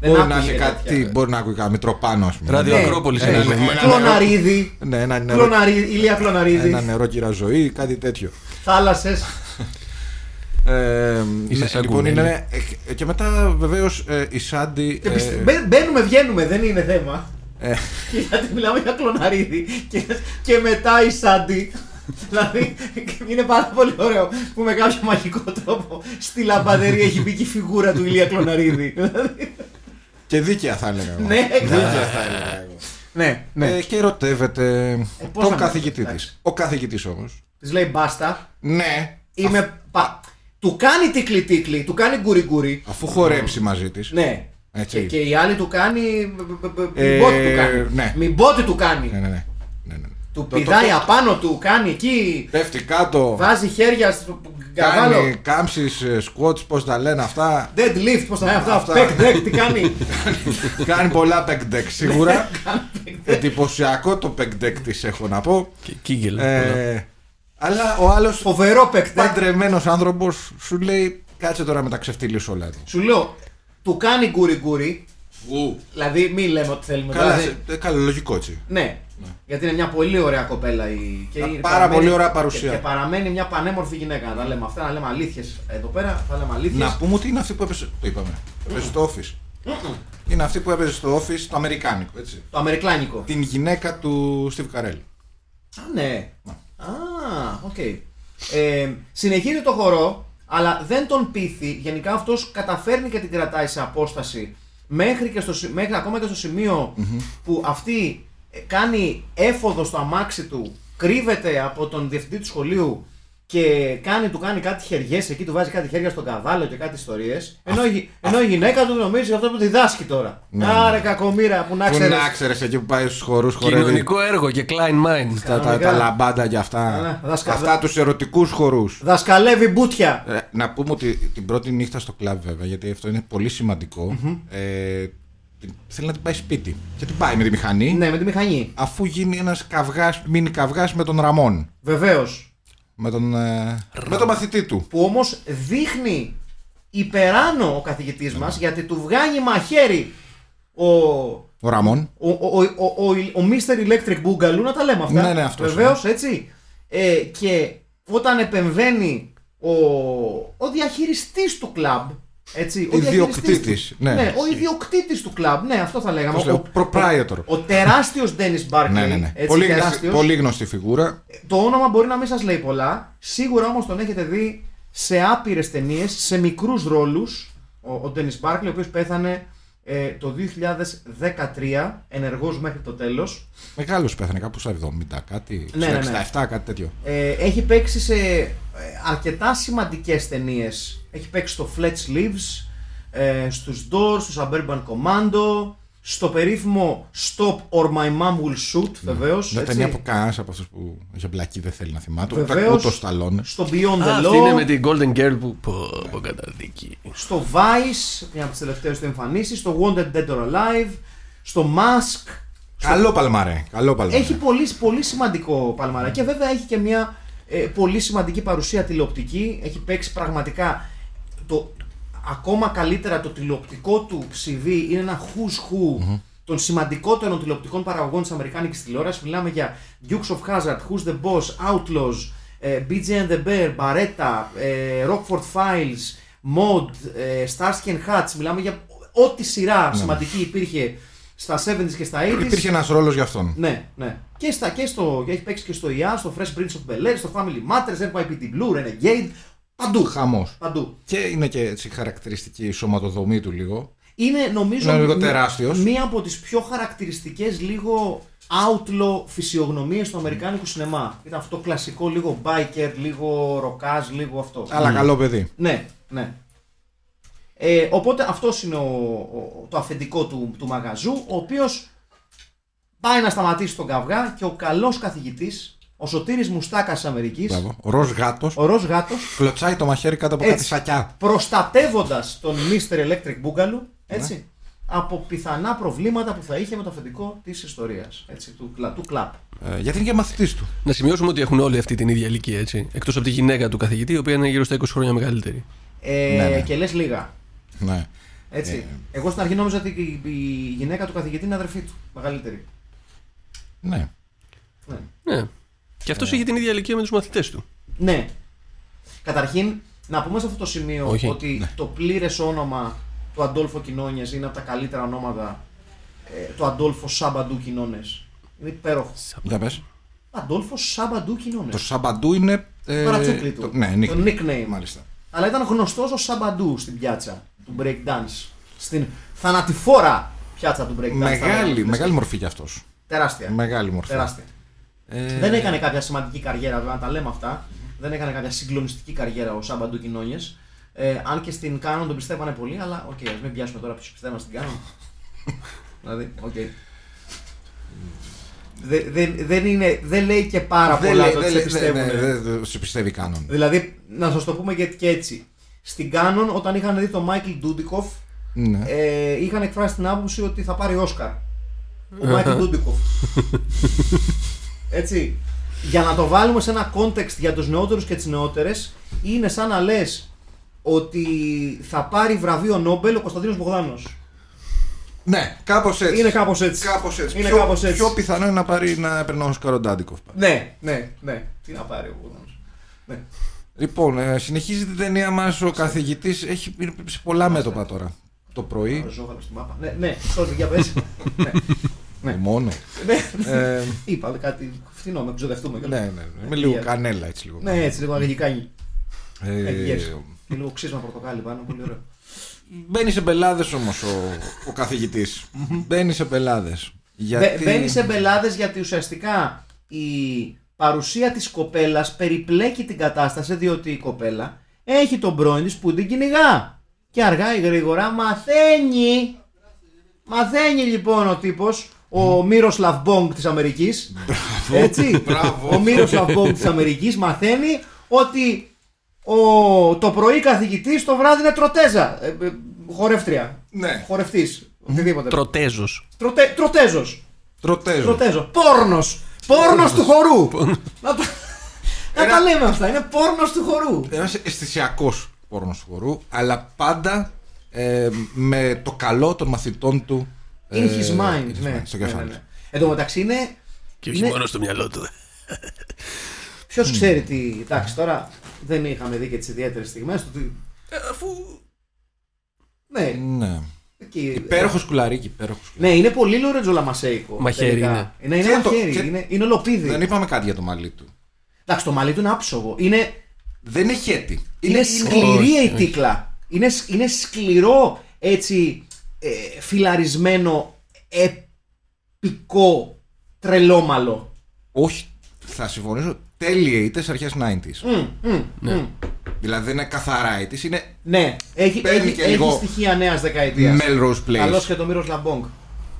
Δεν Μπορεί να άκουγε είναι τέτοια. κάτι, μπορεί να ακούει κάποιο τροπάνο, ας πούμε. Ράδιο Ναι. Ακρόπολης. Ε, ναι, ναι. Κλωναρίδη. Ναι, ένα νερό, Κλωναρίδη, ηλία ένα κλωναρίδη. νερό κυραζωή, κάτι τέτοιο. Θάλασσες. Ε, Είσαι ναι, σαν λοιπόν, κουνέλι. είναι, ε, και μετά βεβαίως η Σάντι. Και ε, πιστε- μπαι- Μπαίνουμε, βγαίνουμε, δεν είναι θέμα. ε, Και Γιατί μιλάμε για κλωναρίδι και, και μετά η Σάντι. δηλαδή είναι πάρα πολύ ωραίο που με κάποιο μαγικό τρόπο στη λαμπαδερία έχει μπει και η φιγούρα του Ηλία Κλωναρίδη. Δηλαδή, και δίκαια θα έλεγα. εγώ. ναι, Δίκαια καλά. θα έλεγα εγώ. ναι, ναι. Ε, και ερωτεύεται Ε, πώς τον θα με καθηγητή ρωτάει. της. Ο καθηγητής όμως. Της λέει μπάστα. Ναι, Είμαι. πα- Του κάνει τίκλι τίκλι, του κάνει γκουρι γκουρι. αφού χορέψει μαζί της. Ναι. Έτσι. Και, και η άλλη του κάνει. Μην Ε, πότι του κάνει. ναι. Μην πότι του κάνει. Ναι, ναι, ναι. ναι, ναι. Του Το- το- πηδάει το- απάνω του, κάνει εκεί. Πέφτει κάτω. Βάζει χέρια στο καβάλο. Κάνει κάμψεις, σκουότ, πώ ε, τα λένε αυτά. Deadlift, πώς τα λέει αυτά, Ναι, Αυτά. αυτά. Back deck, τι κάνει. κάνει πολλά πεκδεκ σίγουρα. Εντυπωσιακό το πεκδεκ της έχω να πω. Και κύγκελ. πολλά. Ε, αλλά ο άλλος Φοβερό back deck. παντρεμένος άνθρωπος σου λέει κάτσε τώρα με τα ξεφτύλια όλα εδώ. Σου λέω, του κάνει γκουρι γκουρι, Ου. Δηλαδή, μην λέμε ότι θέλουμε. Καλά, δηλαδή- σε- ε, καλά, λογικό έτσι. Ναι. Γιατί είναι μια πολύ ωραία κοπέλα η και Μια είναι πάρα πολύ ωραία παρουσία. Και, και παραμένει μια πανέμορφη γυναίκα. Να τα λέμε αυτά, να λέμε αλήθειες εδώ πέρα, θα λέμε αλήθειες. Να πούμε ότι είναι αυτή που έπαιζε. Το είπαμε. Έπαιζε στο office. Είναι αυτή που έπαιζε στο office το αμερικάνικο, έτσι. Το αμερικλάνικο. Την γυναίκα του Steve Carell. Α, ναι. Α, οκ. Ε, συνεχίζει το χορό, αλλά δεν τον πείθει. Γενικά αυτός καταφέρνει και την κρατάει σε απόσταση. Μέχρι, και στο, σι- μέχρι ακόμα και στο σημειο που αυτή ε, κάνει έφοδο στο αμάξι του, κρύβεται από τον διευθυντή του σχολείου και κάνει, του κάνει κάτι χεριές εκεί, του βάζει κάτι χέρια στον καβάλο και κάτι ιστορίες Ενώ, η γυ- ενώ η γυναίκα του νομίζει αυτό που διδάσκει τώρα. Ναι, ναι. Άρε κακομήρα που να Που ξέρεις. να ξέρεις εκεί που πάει στους χορούς χορεύει. Κοινωνικό έργο και Klein Mind. ναι. Τα, τα, τα λαμπάντα και αυτά. Ναι, δάσκα- αυτά τους ερωτικούς χορούς. Δασκαλεύει μπουτια. Ε, να πούμε ότι την πρώτη νύχτα στο κλαμπ βέβαια, γιατί αυτό είναι πολύ σημαντικό, ε, την- θέλει να την πάει σπίτι. Και την πάει με τη μηχανή, Ναι, με τη μηχανή. αφού γίνει ένας καυγάς, μίνι καυγάς με τον Ραμόν. Βεβαίως. Με τον, ε, με τον μαθητή του. Που όμως δείχνει υπεράνω ο καθηγητής μας γιατί του βγάνει μαχαίρι ο. Ο Ραμόν. Ο, ο, ο, ο, ο, ο Mr. Electric Boogaloo, να τα λέμε αυτά. Ναι, ναι, αυτός Βεβαίως, έτσι. Ε, και όταν επεμβαίνει ο, ο διαχειριστής του κλαμπ. Έτσι, ο διαχειριστής Ιδιοκτήτης, του- ναι. ο ιδιοκτήτης του κλαμπ. Ναι, αυτό θα λέγαμε. Πώς λέει, ο proprietor. Ο, τεράστιος Dennis Barkley. Ναι, ναι, ναι. Έτσι, Πολύ, γνωστή- τεράστιος. πολύ γνωστή φιγούρα. Το όνομα μπορεί να μην σας λέει πολλά. Σίγουρα όμως τον έχετε δει σε άπειρες ταινίες, σε μικρούς ρόλους. Ο, ο Ντένι Μπάρκλι, ο οποίος πέθανε ε, το 2013, ενεργός μέχρι το τέλος. Μεγάλος πέθανε κάπου στα 70 κάτι, Ναι, ναι, ναι. στα 67 κάτι τέτοιο. Ε, έχει παίξει σε ε, αρκετά σημαντικές ταινίες. Έχει παίξει στο Fletch Leaves, ε, στους Doors, στο Suburban Commando, στο περίφημο Stop or My Mom Will Shoot, βεβαίως. Δεν Ναι. ταινία που κανένας από αυτούς που είχε μπλακεί δεν θέλει να θυμάται. Ούτε Βεβαίως. ούτε ο Σταλόν. Στο Beyond Α, the αυτή Law. είναι με την Golden Girl που. Πω, πω καταδίκη. στο Vice, μια από τις τελευταίες του εμφανίσεις, στο Wanted Dead or Alive, στο Mask. Καλό παλμαρέ. Καλό παλμαρέ. Έχει πολύ, πολύ σημαντικό παλμαρά και βέβαια έχει και μια ε, πολύ σημαντική παρουσία τηλεοπτική. Έχει παίξει πραγματικά το ακόμα καλύτερα το τηλεοπτικό του CV είναι ένα who's who των σημαντικότερων τηλεοπτικών παραγωγών της Αμερικάνικης τηλεόρασης. Μιλάμε για Dukes of Hazard, Who's the Boss, Outlaws, ε, BJ and the Bear, Barretta, ε, Rockford Files, Mod, ε, Starsky and Hutch. Μιλάμε για ό,τι σειρά σημαντική υπήρχε στα 70s και στα 80s. Υπήρχε ένας ρόλος για αυτόν. Ναι, ναι. Και, στα, και στο, έχει παίξει και στο EA, στο Fresh Prince of Bel Air, στο Family Matters, NYPD Blue, Renegade. Παντού. Χαμός. Παντού. Και είναι και έτσι χαρακτηριστική η σωματοδομή του λίγο. Είναι νομίζω Είναι λίγο μ- τεράστιος. μία από τις πιο χαρακτηριστικές λίγο outlaw φυσιογνωμίες του αμερικάνικου σινεμά. Ήταν αυτό το κλασικό λίγο biker, λίγο ροκάζ, λίγο αυτό. Αλλά καλό παιδί. Ναι, ναι. Ε, οπότε αυτός είναι ο, ο- το αφεντικό του, του μαγαζού, ο οποίος πάει να σταματήσει τον καυγά και ο καλός καθηγητής, ο Σωτήρης Μουστάκας της Αμερικής, Μπράβο. Ο ροζ γάτος ο Ροζ Γάτος, κλωτσάει το μαχαίρι κάτω από Έτσι. κάτι σακιά. προστατεύοντας τον Mr. Electric Boogaloo, Ναι. έτσι, από πιθανά προβλήματα που θα είχε με το αφεντικό της ιστορίας, έτσι, του, κλα- του κλαπ. Ε, γιατί είναι και μαθητής του. Να σημειώσουμε ότι έχουν όλοι αυτή την ίδια ηλικία έτσι. Εκτός από τη γυναίκα του καθηγητή, η οποία είναι γύρω στα 20 χρόνια μεγαλύτερη. Ε, Ναι, Ε. ναι. Και λες λίγα. Ναι. Έτσι. Εγώ στην αρχή νόμιζα ότι η, η γυναίκα του καθηγητή είναι αδερφή του, μεγαλύτερη. ναι. Ναι. Ναι. Και Ε. αυτό είχε την ίδια ηλικία με τους μαθητές του. Ναι. Καταρχήν, να πούμε σε αυτό το σημείο Όχι, ότι ναι. το πλήρες όνομα του Αντόλφο Κοινώνιε είναι από τα καλύτερα ονόματα ε, του Αντόλφο Σάμπαντου Κοινώνε. Είναι υπέροχο. Για πες. Αντόλφο Σάμπαντου Κοινώνε. Το Σαμπαντού είναι. ε, Το παρατσούκλι του. το- Ναι, το nickname. nickname. Μάλιστα. Αλλά ήταν γνωστός ω Σαμπαντού στην πιάτσα του breakdance. Στην θανατηφόρα πιάτσα του breakdance. Μεγάλη, Θα- μεγάλη μορφή κι αυτός. Τεράστια. Μεγάλη μορφή. Τεράστια. Ε, Δεν έκανε κάποια σημαντική καριέρα, βέβαια, να τα λέμε αυτά. Δεν έκανε κάποια συγκλονιστική καριέρα ο Σάμπαντου Κοινώνιε. Ε, αν και στην Κάνον τον πιστεύανε πολύ, αλλά οκ, ας μην πιάσουμε τώρα ποιου πιστεύανε στην Κάνον. δηλαδή, οκ. Δε- δεν- δεν, είναι, δεν λέει και πάρα δεν πολλά λέει- το ότι δεν σε λέει- δεν- πιστεύουνε. ναι, δεν- δεν σε πιστεύει κανόν. Δηλαδή, να σας το πούμε και, και έτσι. Στην Κάνον, όταν είχαν δει τον Μάικλ Ντούντικοφ, Ναι. ε, είχαν εκφράσει την άποψη ότι θα πάρει Όσκαρ. Ο Μάικλ Ντούντικοφ. Έτσι. Για να το βάλουμε σε ένα context για τους νεότερους και τις νεότερες, είναι σαν να λες ότι θα πάρει βραβείο Νόμπελ ο Κωνσταντίνος Μπογδάνος. Ναι, κάπως έτσι. Είναι κάπως έτσι. Κάπως έτσι. Είναι πιο, κάπως έτσι. πιο πιθανό είναι να πάρει να περνάω ο Σκαροντάντικοφ. Ναι, ναι, ναι. Τι να πάρει ο Βούδωνος. Ναι. Λοιπόν, ε, συνεχίζει την ταινία μας. Ο καθηγητής έχει είναι σε πολλά μέτωπα τώρα. Το πρωί, Ροζόβαλο στη μάπα. Ναι, ναι, sorry, για πες. ναι, ναι. μόνο. ναι. Ε, Είπα κάτι φθηνό, να ξοδευτούμε. ναι, κιόλας. ναι, ναι. Με λίγο κανέλα έτσι λίγο. Ναι, έτσι λίγο αγγλικάκι. Ε, Αγγλικές. Και λίγο ξύσμα πορτοκάλι πάνω, πολύ ωραίο. Μπαίνει σε πελάδες όμως ο, ο καθηγητη Μπαίνει σε πελάδες. Μπε- Γιατί... Μπαίνει σε μπελάδε γιατί ουσιαστικά η παρουσία της κοπέλας περιπλέκει την κατάσταση διότι η κοπέλα έχει τον πρώην τη που την κυνηγά. Και αργά ή γρήγορα μαθαίνει. Μαθαίνει λοιπόν ο τύπος, ο Μύρος Λαμπόγκ της Αμερικής. Έτσι. Ο Μύρος Λαμπόγκ της Αμερικής μαθαίνει ότι ο, το πρωί καθηγητής, το βράδυ είναι τροτέζα. Ε, ε, χορεύτρια. Ναι. Χορευτής. Οτιδήποτε. Τροτέζος. Τροτε- τροτέζος. Τροτέζω. Τροτέζω. Πόρνος. Πόρνος του χορού. Να τα, να τα λέμε αυτά. Είναι πόρνος του χορού. Ένας αισθησιακός πόρνος του χορού, αλλά πάντα ε, με το καλό των μαθητών του. In ε, his mind. in his Ναι, mind, στο κεφάλι. Ναι, ναι, ναι. Εν τω μεταξύ είναι. Και όχι Ναι. μόνο στο μυαλό του. Ποιος Mm. ξέρει τι. Εντάξει, τώρα δεν είχαμε δει και τις ιδιαίτερες στιγμές του. τι- Ε, Αφού. Ναι, Ναι. εκεί. Υπέροχος σκουλαρίκι, υπέροχο σκουλαρίκι. Ναι, είναι πολύ Λορέτζο Λαμασέικο. Μαχαίρι τελικά. Ναι, είναι. Είναι, είναι Και το- μαχαίρι. και- Είναι, είναι ολοπίδι. Δεν είπαμε κάτι για το μαλλί του. Εντάξει, το μαλλί του είναι άψογο. Είναι, Δεν έχει έτη. είναι, όχι, σκληρή η όχι. τύκλα. Είναι, σ- είναι σκληρό έτσι ε, φιλαρισμένο επικό τρελόμαλο. Όχι, θα συμφωνήσω, τέλειοι ήττε αρχέ 90s. Μμμ, μμμ, μμμ. Δηλαδή δεν είναι καθαρά ήττε, είναι Ναι, έχει, Παίρνει έχει, και λίγο έχει στοιχεία νέας δεκαετίας. Melrose Place. Καλώ και το Μύρο Λαμπόγκ.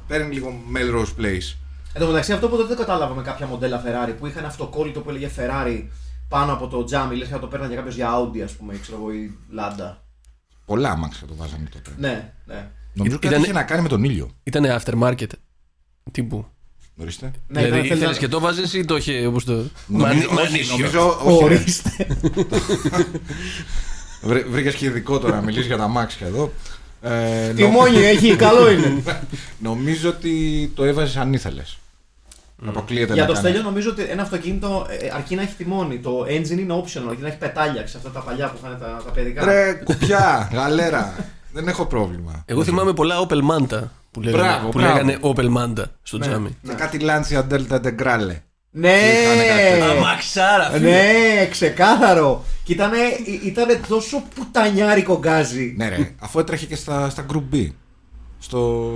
Παίρνει λίγο Melrose Place. Εν τω μεταξύ, αυτό που τότε δεν κατάλαβα με κάποια μοντέλα Ferrari που είχαν αυτοκόλλητο που έλεγε Ferrari πάνω από το τζάμι, λες και να το παίρνανε κάποιος για Audi, ας πούμε, ξέρω εγώ, ή Lada. Πολλά άμαξα το βάζανε τότε. Ναι, ναι. Νομίζω κάτι Ήταν- είχε να κάνει με τον ήλιο. Ήταν aftermarket. Τύπου. Ορίστε. ναι δηλαδή ήταν- ήθελε και το βάζεις ή το είχε όπως το. Νομίζω- όχι, Μανίσιο. Νομίζω όχι. ρε. Ορίστε. Βρε- Βρήκες και ειδικό τώρα να μιλήσεις για τα μάξια εδώ. Ε, νο- Τιμόνι έχει, καλό είναι. Νομίζω ότι το έβαζες αν ήθελες. Αποκλείεται Για να το κάνει. στέλιο νομίζω ότι ένα αυτοκίνητο ε, αρκεί να έχει τιμόνι. Το engine είναι optional, αρκεί να έχει πετάλια, σε αυτά τα παλιά που είχαν τα, τα παιδικά. Ρε, κουπιά, γαλέρα. Δεν έχω πρόβλημα. Εγώ θυμάμαι πολλά Opel Manta που λέγανε, Ναι. Μπράβο, που μπράβο. Ναι. λέγανε Opel Manta στο τζάμι. Και κάτι Lancia Delta Integrale. Είχανε κάτι Ναι! τέτοιο. Αμαξάρα, φίλε. Ναι, ξεκάθαρο. Και ήτανε, ή- ήτανε τόσο πουτανιάρικο γκάζι. Ναι, ρε. Αφού έτρεχε και στα, στα group B. Στο.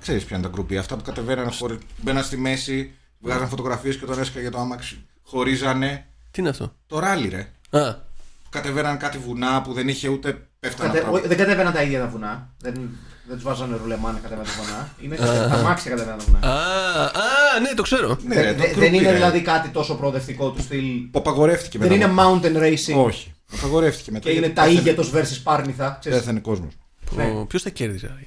ξέρεις ποια είναι τα group B. Αυτά που κατεβαίνανε χωρί. Μπαίναν στη μέση, βγάζαν φωτογραφίες και όταν έσκαγε το άμαξι. Χωρίζανε. Τι είναι αυτό. Το ράλι, ρε. Α, Κατεβαίναν κάτι βουνά που δεν είχε ούτε πέφτανα Κατε- πράγματα. ο- δεν κατέβαιναν τα ίδια τα βουνά. Δεν, δεν τους βάζανε ρουλεμάνε κατέβαιναν τα βουνά. Είναι κατε- τα μάξια κατέβαιναν τα βουνά. α, α, ναι, το ξέρω. Ναι, ρε, Δεν- το δεν- group Δεν B, είναι ρε. δηλαδή κάτι τόσο προοδευτικό του στυλ. Που απαγορεύτηκε Δεν μετά. είναι mountain racing Όχι. Απαγορεύτηκε μετά. και είναι γιατί τα πέθανε- ήγετο versus πάρνηθα. ξέρεις. Πέθανε κόσμο. Ναι. Ποιος τα κέρδισε. άραγε?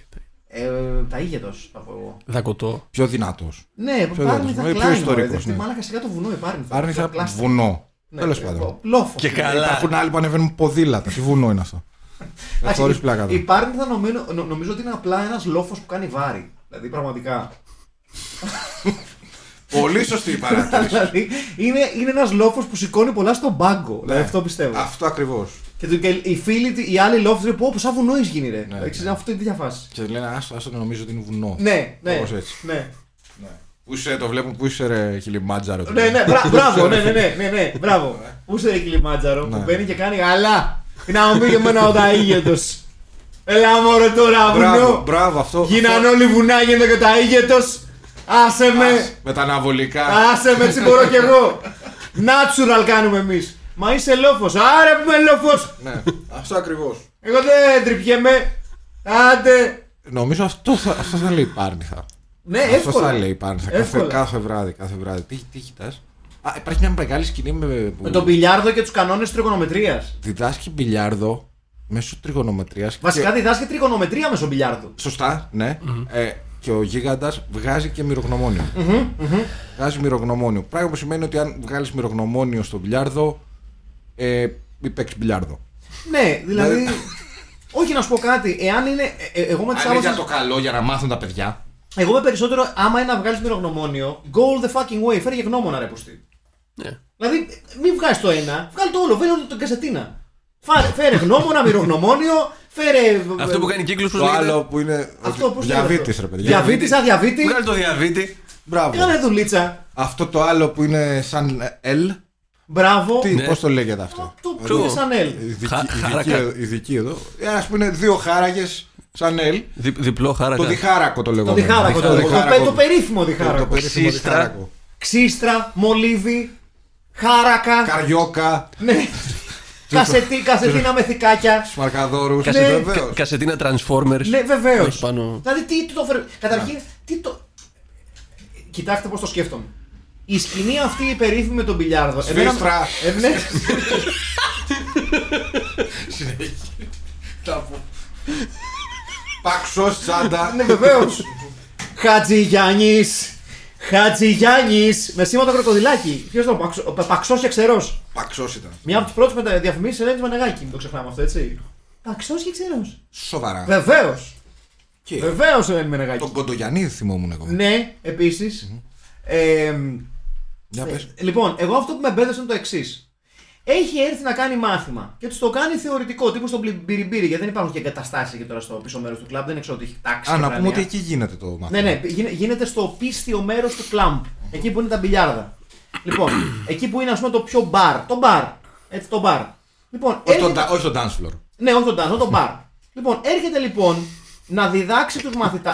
Ε, Τα ήγετο θα πω εγώ. Δακοτό. Πιο δυνατός. Ναι, δυνατός, πάρνηθα πιο κλάινο. ιστορικός, Στην ναι. μάλακα σιγά το βουνό η πάρνηθα. Άρνηθα Το κλάστηκε. βουνό. Ναι, Τέλος ε, πάντων. Πλόφο. Και Ναι. καλά. Υπάρχουν άλλοι που ανεβαίνουν ποδήλατα. Τι βουνό είναι αυτό. Εντάξει, Χωρί η- πλάκα. Η εδώ. Πάρνηθα νομίζω, νο- νομίζω ότι είναι απλά ένας λόφος που κάνει βάρη. Δηλαδή πραγματικά. Πολύ σωστή η παρατήρηση. δηλαδή είναι, είναι ένας λόφος που σηκώνει πολλά στον πάγκο. Δηλαδή Ναι. αυτό πιστεύω. Αυτό ακριβώς. Και, το- και οι φίλοι, τη- οι άλλοι λόφοι λένε Πώ, σαν βουνό έχεις γίνει, ρε. Ναι, Ξέρεις, ναι. Αυτό είναι τέτοια φάση. Και λένε, άστο, άστο, νομίζω ότι είναι βουνό. Ναι, ναι. Κάπως έτσι. Ναι, Πού είσαι, το βλέπω, πού είσαι, ρε δηλαδή. Χιλιμάντζαρο. ναι, ναι, μπρα- μπράβο, ναι, ναι, ναι, ναι, ναι, μπράβο. Πού είσαι, ρε Κιλιμάντζαρο, που Ναι. μπαίνει και κάνει γαλά. Να μου πήγε εμένα ο ταΐγετος. Έλα μωρέ τώρα, Μπράβο, βουνό. μπράβο, αυτό. Γίναν όλοι βουνά, γίνεται και ο ταΐγετος. Άσε με. Με τα αναβολικά. Άσε με έτσι μπορώ κι εγώ. Natural κάνουμε εμείς. Μα είσαι λόφος. Άρα που είμαι λόφος. Ναι, αυτό ακριβώς. Εγώ δεν τρυπιέμαι. Άντε. Νομίζω αυτό θα, αυτό θα λέει η Πάρνηθα. Ναι, αυτό εύκολα. θα λέει η Πάρνηθα. Κάθε, Εύκολα. κάθε βράδυ, κάθε βράδυ. Τι, τι κοιτάς. Υπάρχει μια μεγάλη σκηνή με. Με τον πιλιάρδο και τους κανόνες τριγωνομετρίας. Διδάσκει μπιλιάρδο μέσω τριγωνομετρίας. Βασικά διδάσκει τριγωνομετρία μέσω μπιλιάρδου. Σωστά, ναι. Ε, και ο γίγαντας βγάζει και μυρογνωμόνιο. Βγάζει μυρογνωμόνιο. Πράγμα που σημαίνει ότι αν βγάλεις μυρογνωμόνιο στο μπιλιάρδο, ε, μη παίξει μπιλιάρδο. Ναι, δηλαδή. Όχι να σου πω κάτι, εάν είναι. ε, ε, εγώ με τις Αν είναι για άποψει. το καλό, για να μάθουν τα παιδιά. Εγώ με περισσότερο, άμα είναι να βγάλεις μυρογνωμόνιο, go all the fucking way, φέρει γνώμονα ρε πουστή. Ναι. Δηλαδή, μην βγάζει το ένα, βγάλει το όλο, φέρε όλο την κασετίνα. Φάρε, φέρε γνώμονα, μυρογνωμόνιο, φέρε. Αυτό που κάνει κύκλου Το σου άλλο που είναι. Αυτό πώς Διαβήτη, ρε παιδιά. Διαβήτης, αδιαβήτη. Βγάλει το διαβήτη. Μπράβο. Κάνε δουλίτσα. Αυτό το άλλο που είναι σαν L. Μπράβο. Τι, Ναι. πώς το λέγεται αυτό. Το Ε, πιο Ποιο? σαν ελ. ειδική- Χα- ειδική χαρακά. εδώ- Ειδική εδώ. Ας πούμε δύο χάραγες σαν L. Δι- διπλό χάρακα. Το διχάρακο το Το λεγόμενο. διχάρακο. το- Το το περίφημο Ε, Το διχάρακο. περίφημο Ξύστρα. διχάρακο. Ξύστρα, μολύβι, χάρακα. Καριόκα, Ναι. Κασετί, κασετίνα με θικάκια. Σμαρκαδόρου. Κασετίνα- Ναι. Βεβαίως. κα- Κασετίνα Transformers. Ναι, βεβαίως. Έχει πάνω- Δηλαδή, τι τι το φέρε. Καταρχήν, τι το. Κοιτάξτε πώς το σκέφτομαι. Η σκηνή αυτή η περίφημη με τον μπιλιάρδο. εμένα- Σφίστρα. Ε, ναι. Παξός τσάντα. Ναι, βεβαίως. Χατζηγιάννης. Χατζηγιάννης. Με σήμα το κροκοδιλάκι. Ποιος ήταν ο Παξ- ο Παξός και ξερός. Παξός ήταν. Μια από τις πρώτες μετα... διαφημίσεις Ελένη Μανεγάκη. Μην το ξεχνάμε αυτό, έτσι. Παξός και ξερός. Σοβαρά. Βεβαίως. Και Βεβαίως Ελένη Τον Μανεγάκη. Κοντογιαννή θυμόμουν εγώ. Ναι, επίσης. Ε, Για πες. Ε, Λοιπόν, εγώ αυτό που με μπέρδεσε είναι το εξής. Έχει έρθει να κάνει μάθημα και τους το κάνει θεωρητικό, τύπου στον Μπιριμπίρι, γιατί δεν υπάρχουν και εγκαταστάσεις και τώρα στο πίσω μέρος του κλαμπ, δεν ξέρω ότι έχει τάξη. Α, και να πούμε βραδιά. ότι εκεί γίνεται το μάθημα. Ναι, ναι, γίνε- γίνεται στο πίστιο μέρος του κλαμπ, εκεί που είναι τα μπιλιάρδα. Λοιπόν, εκεί που είναι ας πούμε το πιο μπαρ, το μπαρ. Έτσι, το μπαρ. Λοιπόν, Όχι, έρχεται- το, ντα- όχι το dance floor. Ναι, όχι τον τάζ, όχι τον μπαρ. Λοιπόν, έρχεται λοιπόν να διδάξει τους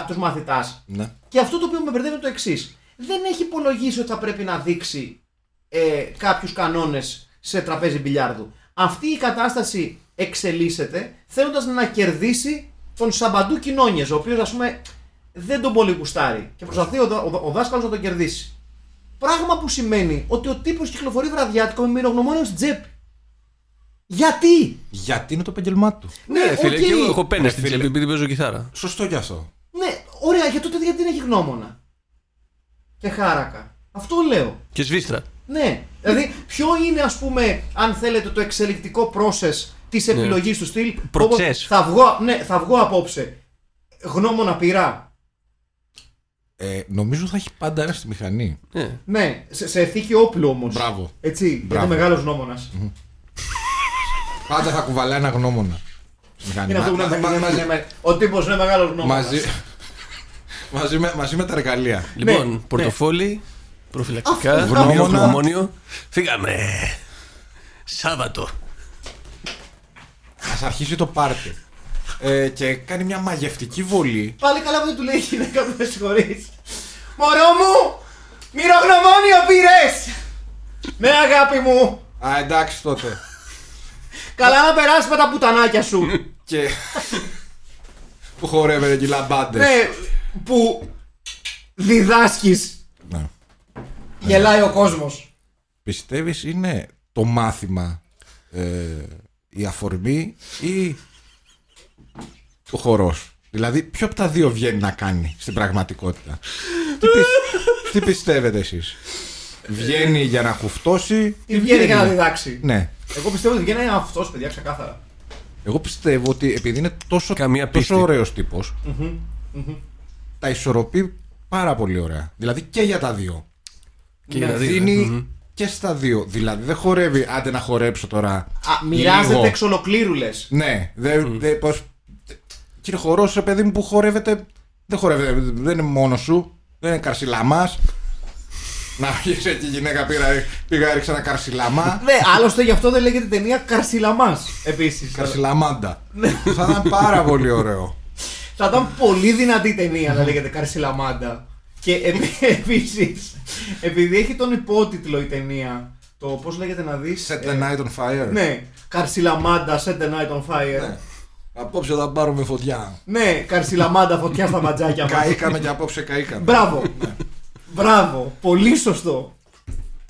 τους μαθητάς Ναι. και αυτό το οποίο με μπερδεύει είναι το εξής. Δεν έχει υπολογίσει ότι θα πρέπει να δείξει ε, κάποιους κανόνες σε τραπέζι μπιλιάρδου. Αυτή η κατάσταση εξελίσσεται θέλοντας να κερδίσει τον Σαμπαντού Κοινόνιε, ο οποίος ας πούμε δεν τον πολύ γουστάρει και προσπαθεί ο, δα- ο, δα- ο δάσκαλος να τον κερδίσει. Πράγμα που σημαίνει ότι ο τύπος κυκλοφορεί βραδιάτικο με μυρογνωμόνιο στην τσέπη. Γιατί! Γιατί είναι το επάγγελμά του. Ναι, φίλε, οκ. και εγώ έχω πένες στην Φίλε. τσέπη επειδή παίζω κιθάρα. Σωστό κι αυτό. Ναι, ωραία, γιατί τότε γιατί δεν έχει γνώμονα. Και χάρακα. Αυτό λέω. Και σβήστρα. Ναι. Δηλαδή, ποιο είναι, ας πούμε, αν θέλετε, το εξελικτικό process της Ναι. επιλογής του στυλ. Process. Όπως Θα βγω, ναι, θα βγω απόψε. Γνώμονα πειρά. Ε, νομίζω θα έχει πάντα ένα στη μηχανή. Ναι. Ναι, σε, σε ηθίκη όπλου όμως. Μπράβο. Έτσι, Μπράβο. γιατί μεγάλος γνώμονας. Πάντα θα κουβαλάει ένα γνώμονα. Στη μηχανή. Είναι αυτό που Μα- να μα- θυμίζει, μαζί- ναι, Ο τύπος είναι μεγάλος γνώμονας. μαζί- μαζί με- Μαζί με τα εργαλεία. Λοιπόν, ναι. πορτοφόλι, προφυλακτικά, Αυτό. γνώμονα, Γνώμονα. γνωμόνιο. Φύγαμε. Σάββατο. Ας αρχίσει το πάρτι. Ε, και κάνει μια μαγευτική βολή. Πάλι καλά που δεν του λέει η γυναίκα που με συγχωρείς. Μωρό μου! Μυρογνωμόνιο πήρες! Ναι, αγάπη μου! Α, εντάξει τότε. Καλά να περάσεις με τα πουτανάκια σου. Και. που χορεύεται εκεί λαμπάντες. ναι, που διδάσκεις Ναι. Γελάει ο κόσμος. Πιστεύεις είναι το μάθημα ε, η αφορμή ή ο χορός. Δηλαδή ποιο από τα δύο βγαίνει να κάνει στην πραγματικότητα. τι, πι- τι πιστεύετε εσείς. Βγαίνει για να χουφτώσει Τη βγαίνει για να διδάξει. Ναι. Εγώ πιστεύω ότι βγαίνει αυτό, παιδιά, ξεκάθαρα. Εγώ πιστεύω ότι επειδή είναι τόσο, Καμία πίστη. τόσο ωραίος τύπος, τα ισορροπεί πάρα πολύ ωραία. Δηλαδή και για τα δύο. Και Ναι. για να δείτε. Δηλαδή, Μμμ. δίνει και στα δύο. Δηλαδή δεν χορεύει, άντε να χορέψω τώρα. Α, μοιράζεται λίγο. εξ ολοκλήρου λες. Ναι, δεν. Δε, πώς... Κύριε χορός, ρε παιδί μου που χορεύεται. Δεν χορεύεται, δεν είναι μόνος σου. Δεν είναι καρσιλαμά. Να βγεις εκεί η γυναίκα πήρα, πήγα έριξε ένα καρσιλαμά. Ναι, άλλωστε γι' αυτό δεν λέγεται ταινία Καρσιλαμάς. Επίσης. Καρσιλαμάντα. Θα ήταν πάρα πολύ ωραίο. Θα ήταν πολύ δυνατή ταινία να λέγεται Καρσιλαμάντα. Και επίσης, επειδή έχει τον υπότιτλο η ταινία, το πώς λέγεται να δεις. Set the night on fire. Ναι, Καρσιλαμάντα, Set the night on fire. Ναι. Απόψε θα πάρουμε φωτιά. Ναι, Καρσιλαμάντα, φωτιά στα ματζάκια μας. Καήκαμε και απόψε καήκαμε. Μπράβο. Μπράβο. Πολύ σωστό.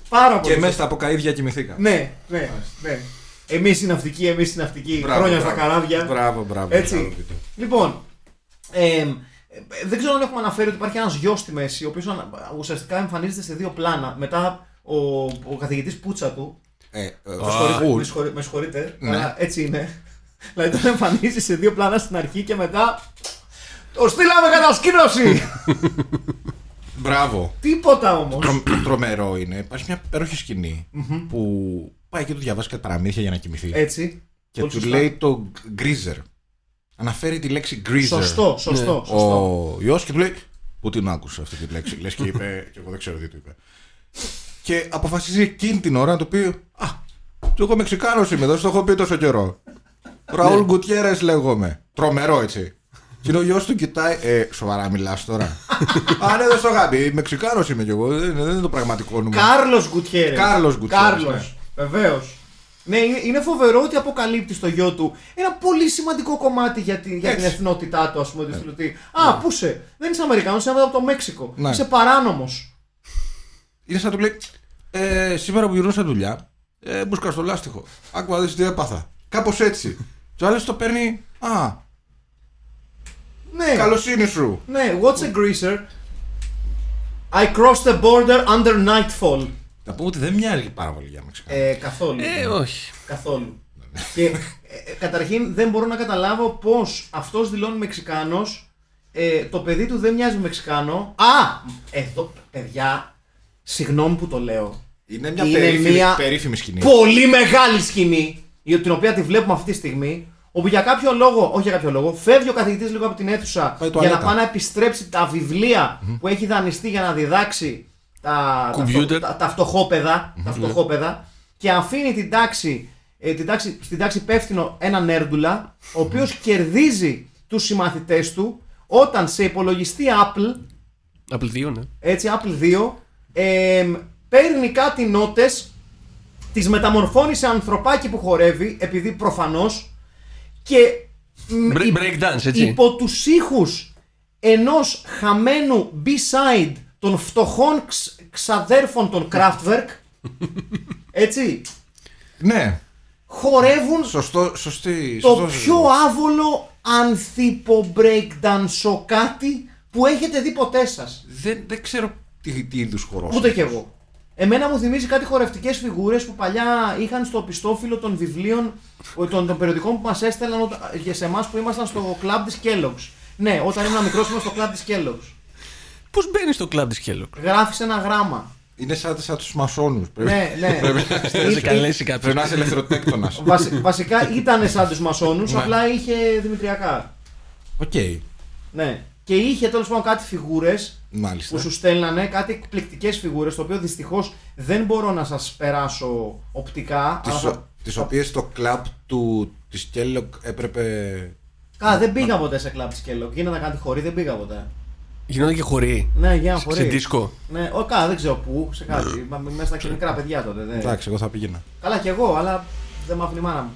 Πάρα πολύ Και μέσα σωστό. στα ποκαίδια κοιμηθήκαμε. Ναι, ναι, ναι. Εμείς οι ναυτικοί, εμείς οι ναυτικοί. Μπράβο, χρόνια στα μπράβο. καράβια. Μπράβο, μπράβο. μπράβο, Έτσι. Βίτο. Λοιπόν, εμ, ε, δεν ξέρω αν έχουμε αναφέρει ότι υπάρχει ένας γιος στη μέση, ο οποίος ουσιαστικά εμφανίζεται σε δύο πλάνα. Μετά ο, ο καθηγητής Πούτσα του. Ε, ε, με ο- συγχωρεί- Με συγχωρείτε, Ναι. αλλά έτσι είναι. Δηλαδή τον εμφανίζει σε δύο πλάνα στην αρχή και μετά. Το στείλαμε κατασκήνωση! Μπράβο. Τίποτα όμως. Τρο- τρομερό είναι. Υπάρχει μια υπέροχη σκηνή που πάει και του διαβάζει κατά παραμύθια για να κοιμηθεί. Έτσι. και Ε, Πολύ του σωστά. λέει το γκρίζερ. Αναφέρει τη λέξη γκρίζερ. Σωστό, Ναι. σωστό. σωστό. Ο ιός και του λέει. Πού την άκουσα αυτή τη λέξη. Λες και είπε. και εγώ δεν ξέρω τι του είπε. Και αποφασίζει εκείνη την ώρα να του πει. Α, του έχω Μεξικάνος είμαι, δεν στο έχω πει τόσο καιρό. Ραούλ Γκουτιέρες λέγομαι. Τρομερό έτσι. Και είναι ο γιος του κοιτάει. Ε, σοβαρά μιλάς τώρα. Α, ναι, δεν στο γάμπι. Μεξικάνος είμαι κι εγώ. Δεν, δεν είναι το πραγματικό νούμερο. Κάρλος Γκουτιέρες. Κάρλος Γκουτιέρες, ναι. Βεβαίως. Ναι, είναι, είναι φοβερό ότι αποκαλύπτει στο γιο του ένα πολύ σημαντικό κομμάτι για την, για την Έτσι. εθνότητά του, ας πούμε. του στυλ ότι, Α, πού είσαι. Δεν είσαι Αμερικανός, είσαι από το Μέξικο. Ναι. Είσαι παράνομος. Είναι σαν να του λέει ε, Σήμερα που γυρνούσα δουλειά, ε, μπουσκα στο λάστιχο. Άκου να δεις τι έπαθα. Κάπως έτσι. Και ο άλλος το παίρνει. Α, Ναι. καλοσύνη σου. Ναι, what's a greaser? I crossed the border under nightfall. Να πούμε ότι δεν μοιάζει πάρα πολύ για Μεξικάνο. Ε, καθόλου. Ε, όχι. Καθόλου. και ε, ε, καταρχήν δεν μπορώ να καταλάβω πώς αυτός δηλώνει Μεξικάνος. Ε, το παιδί του δεν μοιάζει με Μεξικάνο. Α! Εδώ, παιδιά, συγγνώμη που το λέω. είναι μια είναι περίφημη, μια- περίφημη σκηνή. Πολύ μεγάλη σκηνή, για την οποία τη βλέπουμε αυτή τη στιγμή. Όπου για κάποιο λόγο, όχι για κάποιο λόγο, φεύγει ο καθηγητής λίγο από την αίθουσα Πάει για να τουαλέτα. πάει να επιστρέψει τα βιβλια που έχει δανειστεί για να διδάξει τα, τα, Computer. φτω- τα, τα φτωχόπαιδα, τα φτωχόπαιδα και αφήνει την τάξη, ε, την τάξη, στην τάξη υπεύθυνο ένα νέρντουλα, ο οποίος κερδίζει τους συμμαθητές του όταν σε υπολογιστή Apple Απλητείο, ναι. έτσι, Apple 2, εμ, παίρνει κάτι νότες, τις μεταμορφώνει σε ανθρωπάκι που χορεύει, επειδή προφανώς. Και μ, Break- υ- breakdance, έτσι. υπό τους ήχους ενός χαμένου B-side των φτωχών ξ, ξαδέρφων των Kraftwerk, έτσι, Ναι, χορεύουν σωστό, σωστή. το σωστός- πιο άβολο ανθίπο breakdance κάτι που έχετε δει ποτέ σας. Δεν, δεν ξέρω τι, τι είδους χορός. Ούτε κι εγώ. Εμένα μου θυμίζει κάτι χορευτικές φιγούρες που παλιά είχαν στο πιστόφυλλο των βιβλίων, ο- των, των περιοδικών που μας έστελναν οτα- για σε εμάς που ήμασταν στο κλαμπ της Kellogg's. Ναι, όταν ήμουν μικρός ήμουν στο κλαμπ της Kellogg's. Πώς μπαίνει στο κλαμπ της Χέλοκ. Γράφεις ένα γράμμα. Είναι σαν, σαν τους μασόνους. Πρέπει, ναι, ναι. Να σε Ή- πρέπει καλέσει κάποιος. να είσαι ελευθεροτέκτονας. ή- βασι- βασικά ήταν σαν τους μασόνους, Ναι. απλά είχε δημητριακά. Οκ. Ναι. Και είχε τέλος πάντων κάτι φιγούρες που Μάλιστα. σου στέλνανε, κάτι εκπληκτικές φιγούρες, το οποίο δυστυχώς δεν μπορώ να σας περάσω οπτικά. αλλά θα- Τις οποίες το κλαμπ του της Κέλλοκ έπρεπε. Α, δεν πήγα ποτέ σε κλαμπ της Kellogg. Γίνανε κάτι χωρί, δεν πήγα ποτέ. Γινόταν και χωρί. Ναι, για να Σε- χωρί. Σε δίσκο. Ναι, ο, κα, δεν ξέρω πού, σε κάτι. Μα- Μέσα στα μικρά παιδιά τότε. δεν- Εντάξει, εγώ θα πήγαινα. Καλά κι εγώ, αλλά δεν μ' άφηνε η μάνα μου.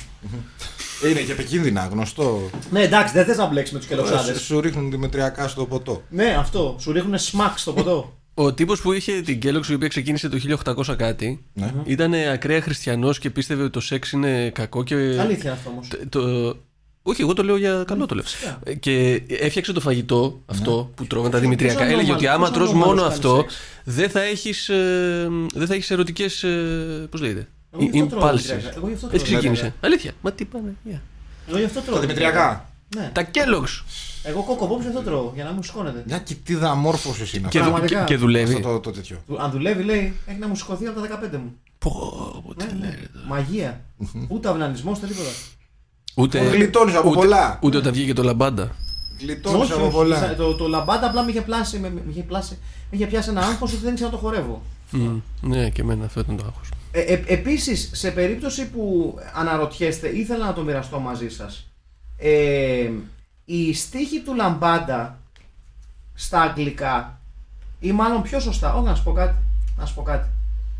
Είναι και επικίνδυνα, γνωστό. Ναι, εντάξει, δεν θες να μπλέξεις με τους κελοξάδες. Σου- Σου ρίχνουν δημητριακά στο ποτό. Ναι, αυτό. Σου ρίχνουν σμακ στο ποτό. Ο τύπος που είχε την Κέλοξ, η οποία ξεκίνησε το 1800 κάτι, Ναι. ήταν ακραία χριστιανός και πίστευε ότι το σεξ είναι κακό και. Αλήθεια είναι αυτό όμως. Ε, Τε- Το... Όχι, εγώ το λέω για καλό το λέω. Ε, Και έφτιαξε το φαγητό αυτό Ναι. που τρώμε τα δημητριακά. Πόσο Έλεγε normal, ότι άμα πόσο τρως normal μόνο κάνει αυτό, σεξ. δεν θα έχεις, ε, δεν θα έχεις ερωτικές, ε, πώς λέγεται, Εγώ γι' αυτό τρώω δημητριακά. Εγώ γι' αυτό impulses. Έτσι τρώω ξεκίνησε. δημητριακά. Αλήθεια. Μα τι πάνε. γεια. Εγώ γι' αυτό τρώω. Τα δημητριακά. Ναι. Τα Kellogg's. Εγώ κοκομπόμπι γι' αυτό τρώω, για να μου σηκώνεται. Ναι. Μια κοιτίδα μόρφωση είναι Και, αυτό. δου- Πραγματικά. και- και Αυτό δουλεύει. το, το τέτοιο. Του- Αν δουλεύει, λέει, έχει να μου σηκωθεί από τα 15 μου. Πω, πω, τι Ναι, ναι. λέει. Μαγεία. Ούτε αυνανισμός, ούτε τίποτα. Ε, Ούτε, Γλιτώνεις από ούτε- πολλά. ούτε όταν βγήκε το λαμπάντα. Γλιτώνεις Όχι, από όχι. πολλά. Σαν- Το, το λαμπάντα απλά με είχε πλάσει, με, με είχε πλάσει, με είχε πιάσει ένα άγχος ότι δεν ήξερα να το χορεύω. Μμ, Ναι, και εμένα αυτό ήταν το άγχος. Ε, ε, Επίσης, σε περίπτωση που αναρωτιέστε, ήθελα να το μοιραστώ μαζί σας. Ε, η στίχη του λαμπάντα στα αγγλικά, ή μάλλον πιο σωστά, όχι να σου πω κάτι. Να σου πω κάτι.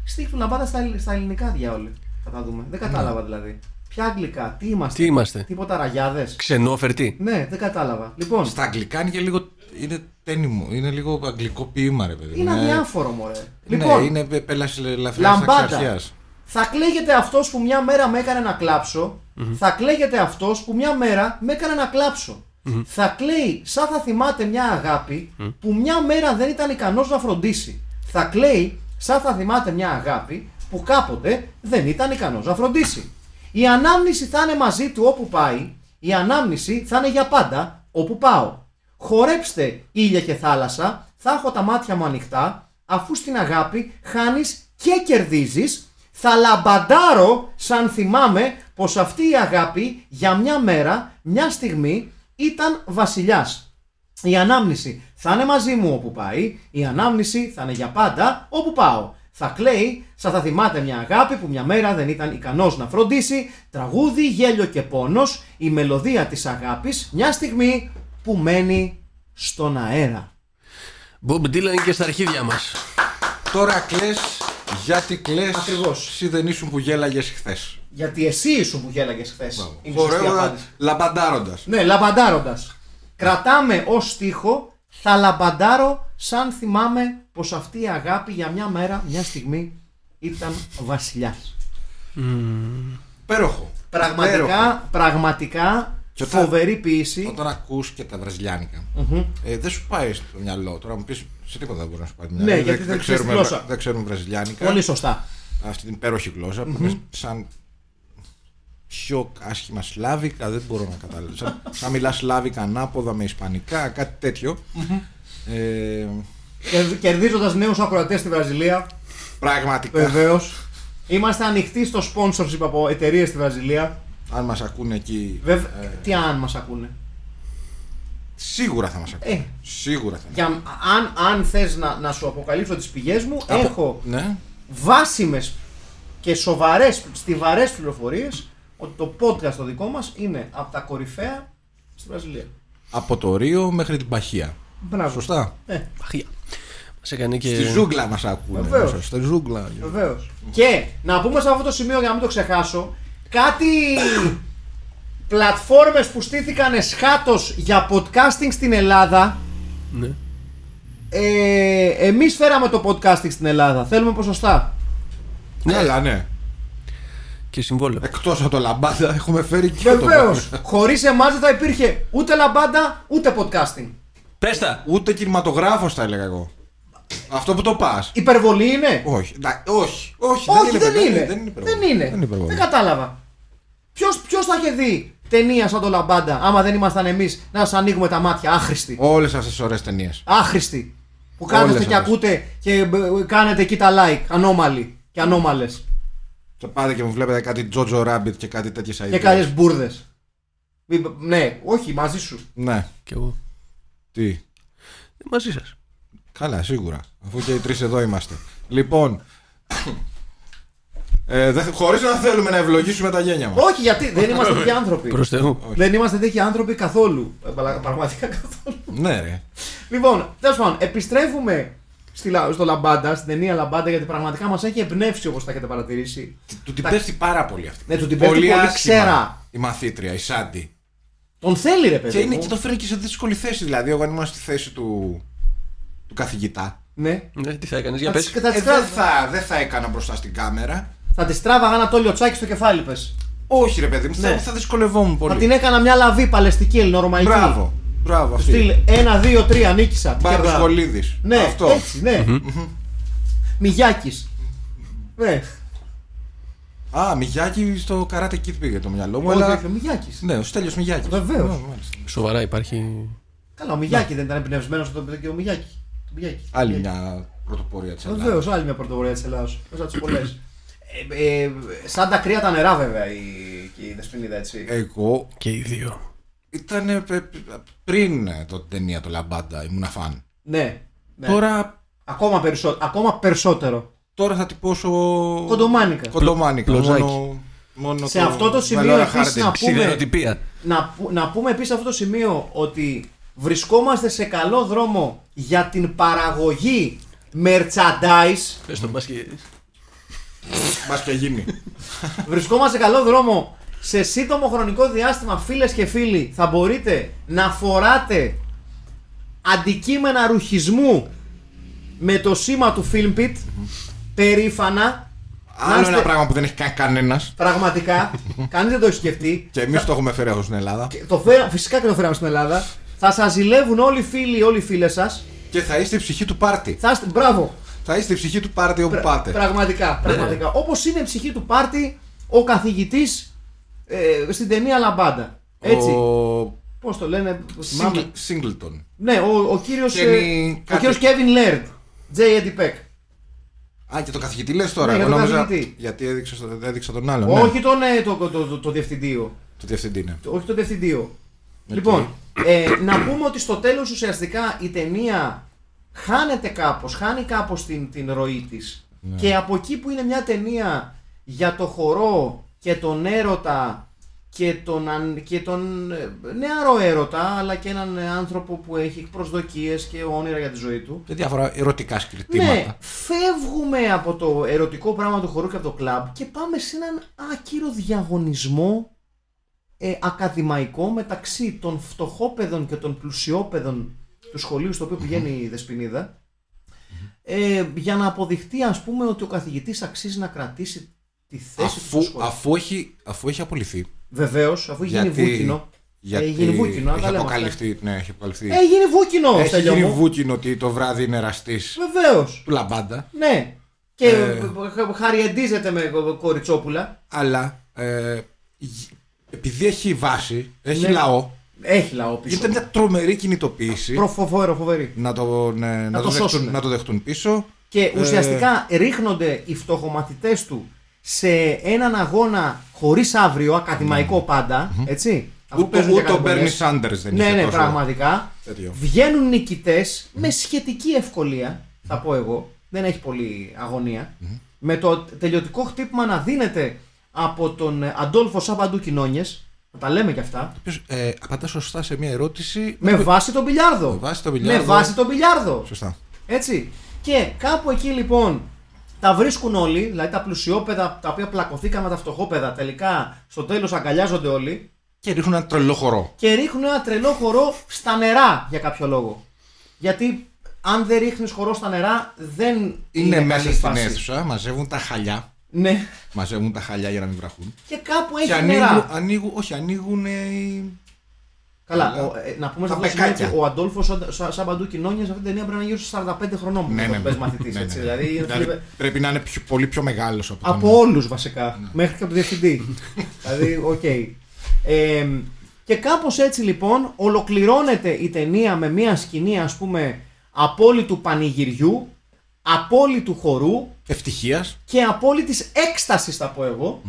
Στίχη του λαμπάντα στα, ελλη- στα ελληνικά διάολη. Θα τα δούμε. Δεν κατάλαβα δηλαδή. Ποια αγγλικά, τι είμαστε. Τι είμαστε. Τίποτα ραγιάδες. Ξενόφερτη. Ναι, δεν κατάλαβα. Λοιπόν, Στα αγγλικά είναι και λίγο. Είναι τένιμο. Είναι λίγο αγγλικό ποίημα, ρε παιδί. είναι Ναι. αδιάφορο, μωρέ. Ναι, λοιπόν, είναι πε- πέλαση ελαφριά Λαμπάντα. Θα κλαίγεται αυτός που μια μέρα με έκανε να κλαψω Θα κλαίγεται αυτός που μια μέρα με έκανε να κλαψω Θα κλαίει σαν θα θυμάται μια αγαπη που μια μέρα δεν ήταν ικανός να φροντίσει. Θα κλαίει σαν θα θυμάται μια αγάπη που κάποτε δεν ήταν ικανός να φροντίσει. Η ανάμνηση θα είναι μαζί του όπου πάει. Η ανάμνηση θα είναι για πάντα όπου πάω. Χορέψτε ήλια και θάλασσα, θα έχω τα μάτια μου ανοιχτά. Αφού στην αγάπη χάνεις και κερδίζεις, θα λαμπαντάρω σαν θυμάμαι πως αυτή η αγάπη για μια μέρα, μια στιγμή ήταν βασιλιάς. Η ανάμνηση θα είναι μαζί μου όπου πάει. Η ανάμνηση θα είναι για πάντα όπου πάω. Θα κλαίει, σαν θα θυμάται μια αγάπη που μια μέρα δεν ήταν ικανός να φροντίσει. Τραγούδι, γέλιο και πόνος, η μελωδία της αγάπης, μια στιγμή που μένει στον αέρα. Μπομπ Ντίλαν είναι και στα αρχίδια μας. Τώρα κλε γιατί κλε. Ακριβώς. Εσύ δεν ήσουν που γέλαγες χθες. Γιατί εσύ ήσουν που γέλαγες χθες. Είναι η σωστή Ωραίο απάντηση. λαμπαντάροντας. Ναι, λαμπαντάροντας. Κρατάμε ως στίχο, θα λαμπαντάρω σαν θυμάμαι πως αυτή η αγάπη για μια μέρα, μια στιγμή ήταν βασιλιάς. Υπέροχο. Υπέροχο. Πραγματικά, πραγματικά Και όταν- φοβερή ποιήση. Όταν ακούς και τα βραζιλιανικα ε, δεν σου πάει στο μυαλό. Τώρα μου πεις σε τίποτα δεν μπορεί να σου πάει. το μυαλό. Ναι, γιατί δεν ξέρεις τη γλώσσα. βρα- δεν ξέρουμε βραζιλιάνικα. Πολύ σωστά. Αυτή την υπέροχη γλώσσα που είναι σαν πιο άσχημα σλάβικα, δεν μπορώ να καταλάβω. σαν, σαν μιλάς σλάβικα ανάποδα με ισπανικά, κάτι τέτοιο. Ε, Κερδίζοντας νέους ακροατές στη Βραζιλία, πραγματικά, βεβαίως. Είμαστε ανοιχτοί στο sponsorship από εταιρείες στη Βραζιλία. αν μας ακούνε εκεί, Βεβ... Τι αν μας ακούνε. σίγουρα θα μας ακούνε. Ε, Σίγουρα θα μας για, αν, αν θες να, να σου αποκαλύψω τις πηγές μου, ακούνε. έχω Ναι. βάσιμες και σοβαρές, στιβαρές πληροφορίες ότι το podcast το δικό μας είναι από τα κορυφαία στη Βραζιλία. Από το Ρίο μέχρι την Παχία. Μπράβο. Ε, Σωστά. Παχία. Μα έκανε και. Στη ζούγκλα μας ακούνε. Βεβαίως. Ε. Στη ζούγκλα. Βεβαίως. Και να πούμε σε αυτό το σημείο για να μην το ξεχάσω, κάτι πλατφόρμες που στήθηκαν εσχάτως για podcasting στην Ελλάδα. Ναι. Ε, εμείς φέραμε το podcasting στην Ελλάδα. Θέλουμε ποσοστά. Ναι, αλλά ναι. Και συμβόλαιο. Εκτός από το λαμπάδα έχουμε φέρει και Βεβαίω. το. Χωρίς εμάς δεν θα υπήρχε ούτε λαμπάντα ούτε podcasting. Πες τα! Ούτε κινηματογράφος θα έλεγα εγώ. Αυτό που το πας. Υπερβολή είναι. Όχι, εντά- όχι, όχι, Όχι, δεν υπερβολή, είναι. Δεν είναι. υπερβολή. Δεν είναι. Δεν υπερβολή. Δεν κατάλαβα. Ποιος θα είχε δει ταινία σαν το λαμπάντα, άμα δεν ήμασταν εμείς να σας ανοίγουμε τα μάτια, άχρηστοι. Όλες αυτές τις ωραίες ταινίες. Άχρηστοι. Που κάθεστε Όλες και αυτές. ακούτε και μπ, κάνετε εκεί τα like, ανώμαλοι και ανώμαλες. Θα πάτε και μου βλέπετε κάτι Jojo Rabbit και κάτι τέτοιες ιδέε. Και καλέ μπουρδε. Ναι, όχι, μαζί σου. Ναι, Κι εγώ. Ε, τι. Μαζί σας. Καλά, σίγουρα. Αφού και οι τρεις εδώ είμαστε. Λοιπόν. ε, δεν- χωρίς να θέλουμε να ευλογήσουμε τα γένια μας Όχι, γιατί δεν είμαστε τέτοιοι άνθρωποι. Προς Θεού. Δεν είμαστε τέτοιοι άνθρωποι καθόλου. Ε, παλα- Πραγματικά καθόλου. Ναι, ρε. Λοιπόν, τέλος πάντων, επιστρέφουμε στη, λα- στο Λαμπάντα, στην ταινία Λαμπάντα, γιατί πραγματικά μας έχει εμπνεύσει όπως τα έχετε παρατηρήσει. Του την πέφτει πάρα πολύ αυτή. Ναι, του την πέφτει πολύ άξιμα ξέρα. Η μαθήτρια, η Σάντι. Τον θέλει, ρε παιδί. Και, είναι, μου. και το φέρνει και σε δύσκολη θέση. Δηλαδή, εγώ αν ήμουν στη θέση του, του καθηγητά. Ναι. Ναι, τι θα έκανες, για Θα πε. τις, θα, ε, τις δεν, τρα... θα, δεν θα έκανα μπροστά στην κάμερα. θα τις τράβαγα ένα τόλιο τσάκι στο κεφάλι, πες. Όχι, ρε παιδί μου, Ναι. θα, θα δυσκολευόμουν πολύ. Θα την έκανα μια λαβή παλαιστική, ελληνορωμαϊκή. Μπράβο. Μπράβο Του αυτή. στυλ 1, 2, 3, νίκησα. Τι Μπάρτο και μπράβο. Γολίδη. Ναι, Αυτό. έτσι, ναι. Μιγιάκης. Ναι. Α, Μιγιάκη στο καράτε Kid πήγε το μυαλό μου. Όχι, αλλά... όχι, ο Μιγιάκης. Ναι, ο Στέλιος Μιγιάκης. Βεβαίως. Σοβαρά υπάρχει. Καλά, ο Μιγιάκη δεν ήταν εμπνευσμένος από τον και ο Μιγιάκης. Τον Μιγιάκη. Άλλη Μιγιάκη. μια πρωτοπορία της Ελλάδα. Βεβαίω, άλλη μια πρωτοβουλία τη Ελλάδα. Μέσα τι πολλέ. Ε, ε, σαν τα κρύα τα νερά, βέβαια, η, και η Δεσποινίδα, έτσι. Ε. Εγώ Και οι δύο. ήταν ε, πριν ε, το ταινία το Λαμπάντα, ήμουν φαν. ναι. ναι. Τώρα, Ακόμα, περισσότερο, ακόμα περισσότερο. τώρα θα τυπώσω. Κοντομάνικα. Κοντομάνικα. Πλοζάκι. Μόνο, μόνο Σε αυτό το σημείο Βαλόρα επίσης Χάρντιν. να- Πούμε. Σιδεροτυπία. Να, που- να πούμε επίσης αυτό το σημείο ότι βρισκόμαστε σε καλό δρόμο για την παραγωγή merchandise. Πες το, μπας και. Μας και γίνει. Βρισκόμαστε σε καλό δρόμο. Σε σύντομο χρονικό διάστημα, φίλες και φίλοι, θα μπορείτε να φοράτε αντικείμενα ρουχισμού με το σήμα του Filmpit περήφανα. Να Άλλο είστε- ένα πράγμα που δεν έχει κάνει κανένας. Πραγματικά, κανείς δεν το έχει σκεφτεί. Και εμείς το έχουμε φέρει εδώ στην Ελλάδα. Και Το φέρα- φυσικά και το φέραμε στην Ελλάδα. Θα σας ζηλεύουν όλοι οι φίλοι, όλοι οι φίλες σας. Και θα είστε η ψυχή του πάρτι. Θα είστε. Μπράβο. Θα είστε η ψυχή του πάρτι όπου Πρα- πάτε. Ναι. Πραγματικά. πραγματικά. Όπως είναι η ψυχή του πάρτι ο καθηγητής ε, στην ταινία Λαμπάντα. Έτσι. Ο Πώς το λένε, θυμάμαι. Σίγκλ- Σίγκλτον. Ναι, ο, ο κύριος. Kenny Ο κάτι. κύριος Κέβιν Λέρντ. Τζέι Εντιπέκ. Α, και το καθηγητή λες τώρα. Ναι, εγώ για τον νόμιζα- καθηγητή. Γιατί έδειξες, δεν έδειξα τον άλλον. Ναι, Όχι τον, ε, το, το, το, το, διευθυντήο. το διευθυντή ναι. Το- Όχι τον διευθυντήο. Λοιπόν, ε, να πούμε ότι στο τέλος ουσιαστικά η ταινία χάνεται κάπως, χάνει κάπως την, την ροή της. Ναι. Και από εκεί που είναι μια ταινία για το χορό και τον έρωτα και τον, αν- και τον ε, νεαρό έρωτα, αλλά και έναν ε, άνθρωπο που έχει προσδοκίες και όνειρα για τη ζωή του. Και διάφορα ερωτικά σκριτήματα. Ναι, φεύγουμε από το ερωτικό πράγμα του χορού και από το κλαμπ και πάμε σε έναν άκυρο διαγωνισμό ε, ακαδημαϊκό μεταξύ των φτωχόπαιδων και των πλουσιόπαιδων του σχολείου στο οποίο πηγαίνει η Δεσποινίδα ε, για να αποδειχτεί ας πούμε ότι ο καθηγητής αξίζει να κρατήσει τη θέση του στο Αφού, σχολείο. αφού, έχει, αφού έχει απολυθεί. Ε, Βεβαίως, αφού έχει γίνει βούκινο. Γιατί Έχει γίνει βούκινο, αν έχει τα λέμε αποκαλυφθεί. Ναι, έχει αποκαλυφθεί. αυτά. Έχει γίνει βούκινο, έχει Ε, Στέλιο γίνει μου. βούκινο ότι το βράδυ είναι εραστής Βεβαίως, του λαμπάντα. ναι. Και Ε. ε... χαριεντίζεται με κοριτσόπουλα. Αλλά ε, γι- επειδή έχει βάση, έχει Ναι. λαό, Έχει λαό πίσω. γίνεται μια τρομερή κινητοποίηση. Προφοβόρο, φοβερή. Να τον, ε, να το τον δεχτούν, σώσουνε. να το δεχτούν πίσω. Και ουσιαστικά ρίχνονται οι φτωχομαθητές του σε έναν αγώνα χωρίς αύριο, ακαδημαϊκό πάντα, έτσι. αφού Ναι. Ούτε, παίζουν και ούτε ο καταπολές. Μπέρνι Σάντερ δεν Ναι, είχε ναι, τόσο πραγματικά. τέτοιο. Βγαίνουν νικητές με σχετική ευκολία, θα πω εγώ. Δεν έχει πολύ αγωνία. Με το τελειωτικό χτύπημα να δίνεται από τον ε, Αντόλφο Σαμπαντού Κοινόνιες. Θα τα λέμε κι αυτά. Ποιος, ε, απαντά σωστά σε μια ερώτηση. Με βάση τον πιλιάρδο. Με βάση τον πιλιάρδο. Με βάση τον πιλιάρδο. Σωστά. Έτσι. Και κάπου εκεί λοιπόν τα βρίσκουν όλοι, δηλαδή τα πλουσιόπεδα τα οποία πλακωθήκαν με τα φτωχόπεδα τελικά στο τέλος αγκαλιάζονται όλοι Και ρίχνουν ένα τρελό χορό. και ρίχνουν ένα τρελό χορό στα νερά για κάποιο λόγο. Γιατί αν δεν ρίχνεις χορό στα νερά δεν Είναι, μέσα καλή στην φάση. αίθουσα, μαζεύουν τα χαλιά. Ναι. Μαζεύουν τα χαλιά για να μην βραχούν. Και κάπου Και έχει ανοίγουν, νερά. ανοίγουν, όχι, ανοίγουν. ε, οι- Καλά, Καλά. ο, ε, να πούμε Τα σε αυτό το σημείο πεκάκια. ότι ο Αντόλφος Σαμπαντού Κοινόνια σε αυτή την ταινία πρέπει να είναι γύρω στου 45 χρονών που Ναι, ναι, ναι, ναι. πες μαθητής, Ναι, ναι, έτσι, ναι. Δηλαδή, Δηλαδή, πρέπει να είναι πιο- πολύ πιο μεγάλος από τον. Από όλους βασικά. Μέχρι και από τον διευθυντή. δηλαδή, οκ. Ε, και κάπως έτσι λοιπόν ολοκληρώνεται η ταινία με μια σκηνή ας πούμε απόλυτου πανηγυριού, απόλυτου χορού Ευτυχίας. και απόλυτης έκστασης θα πω εγώ,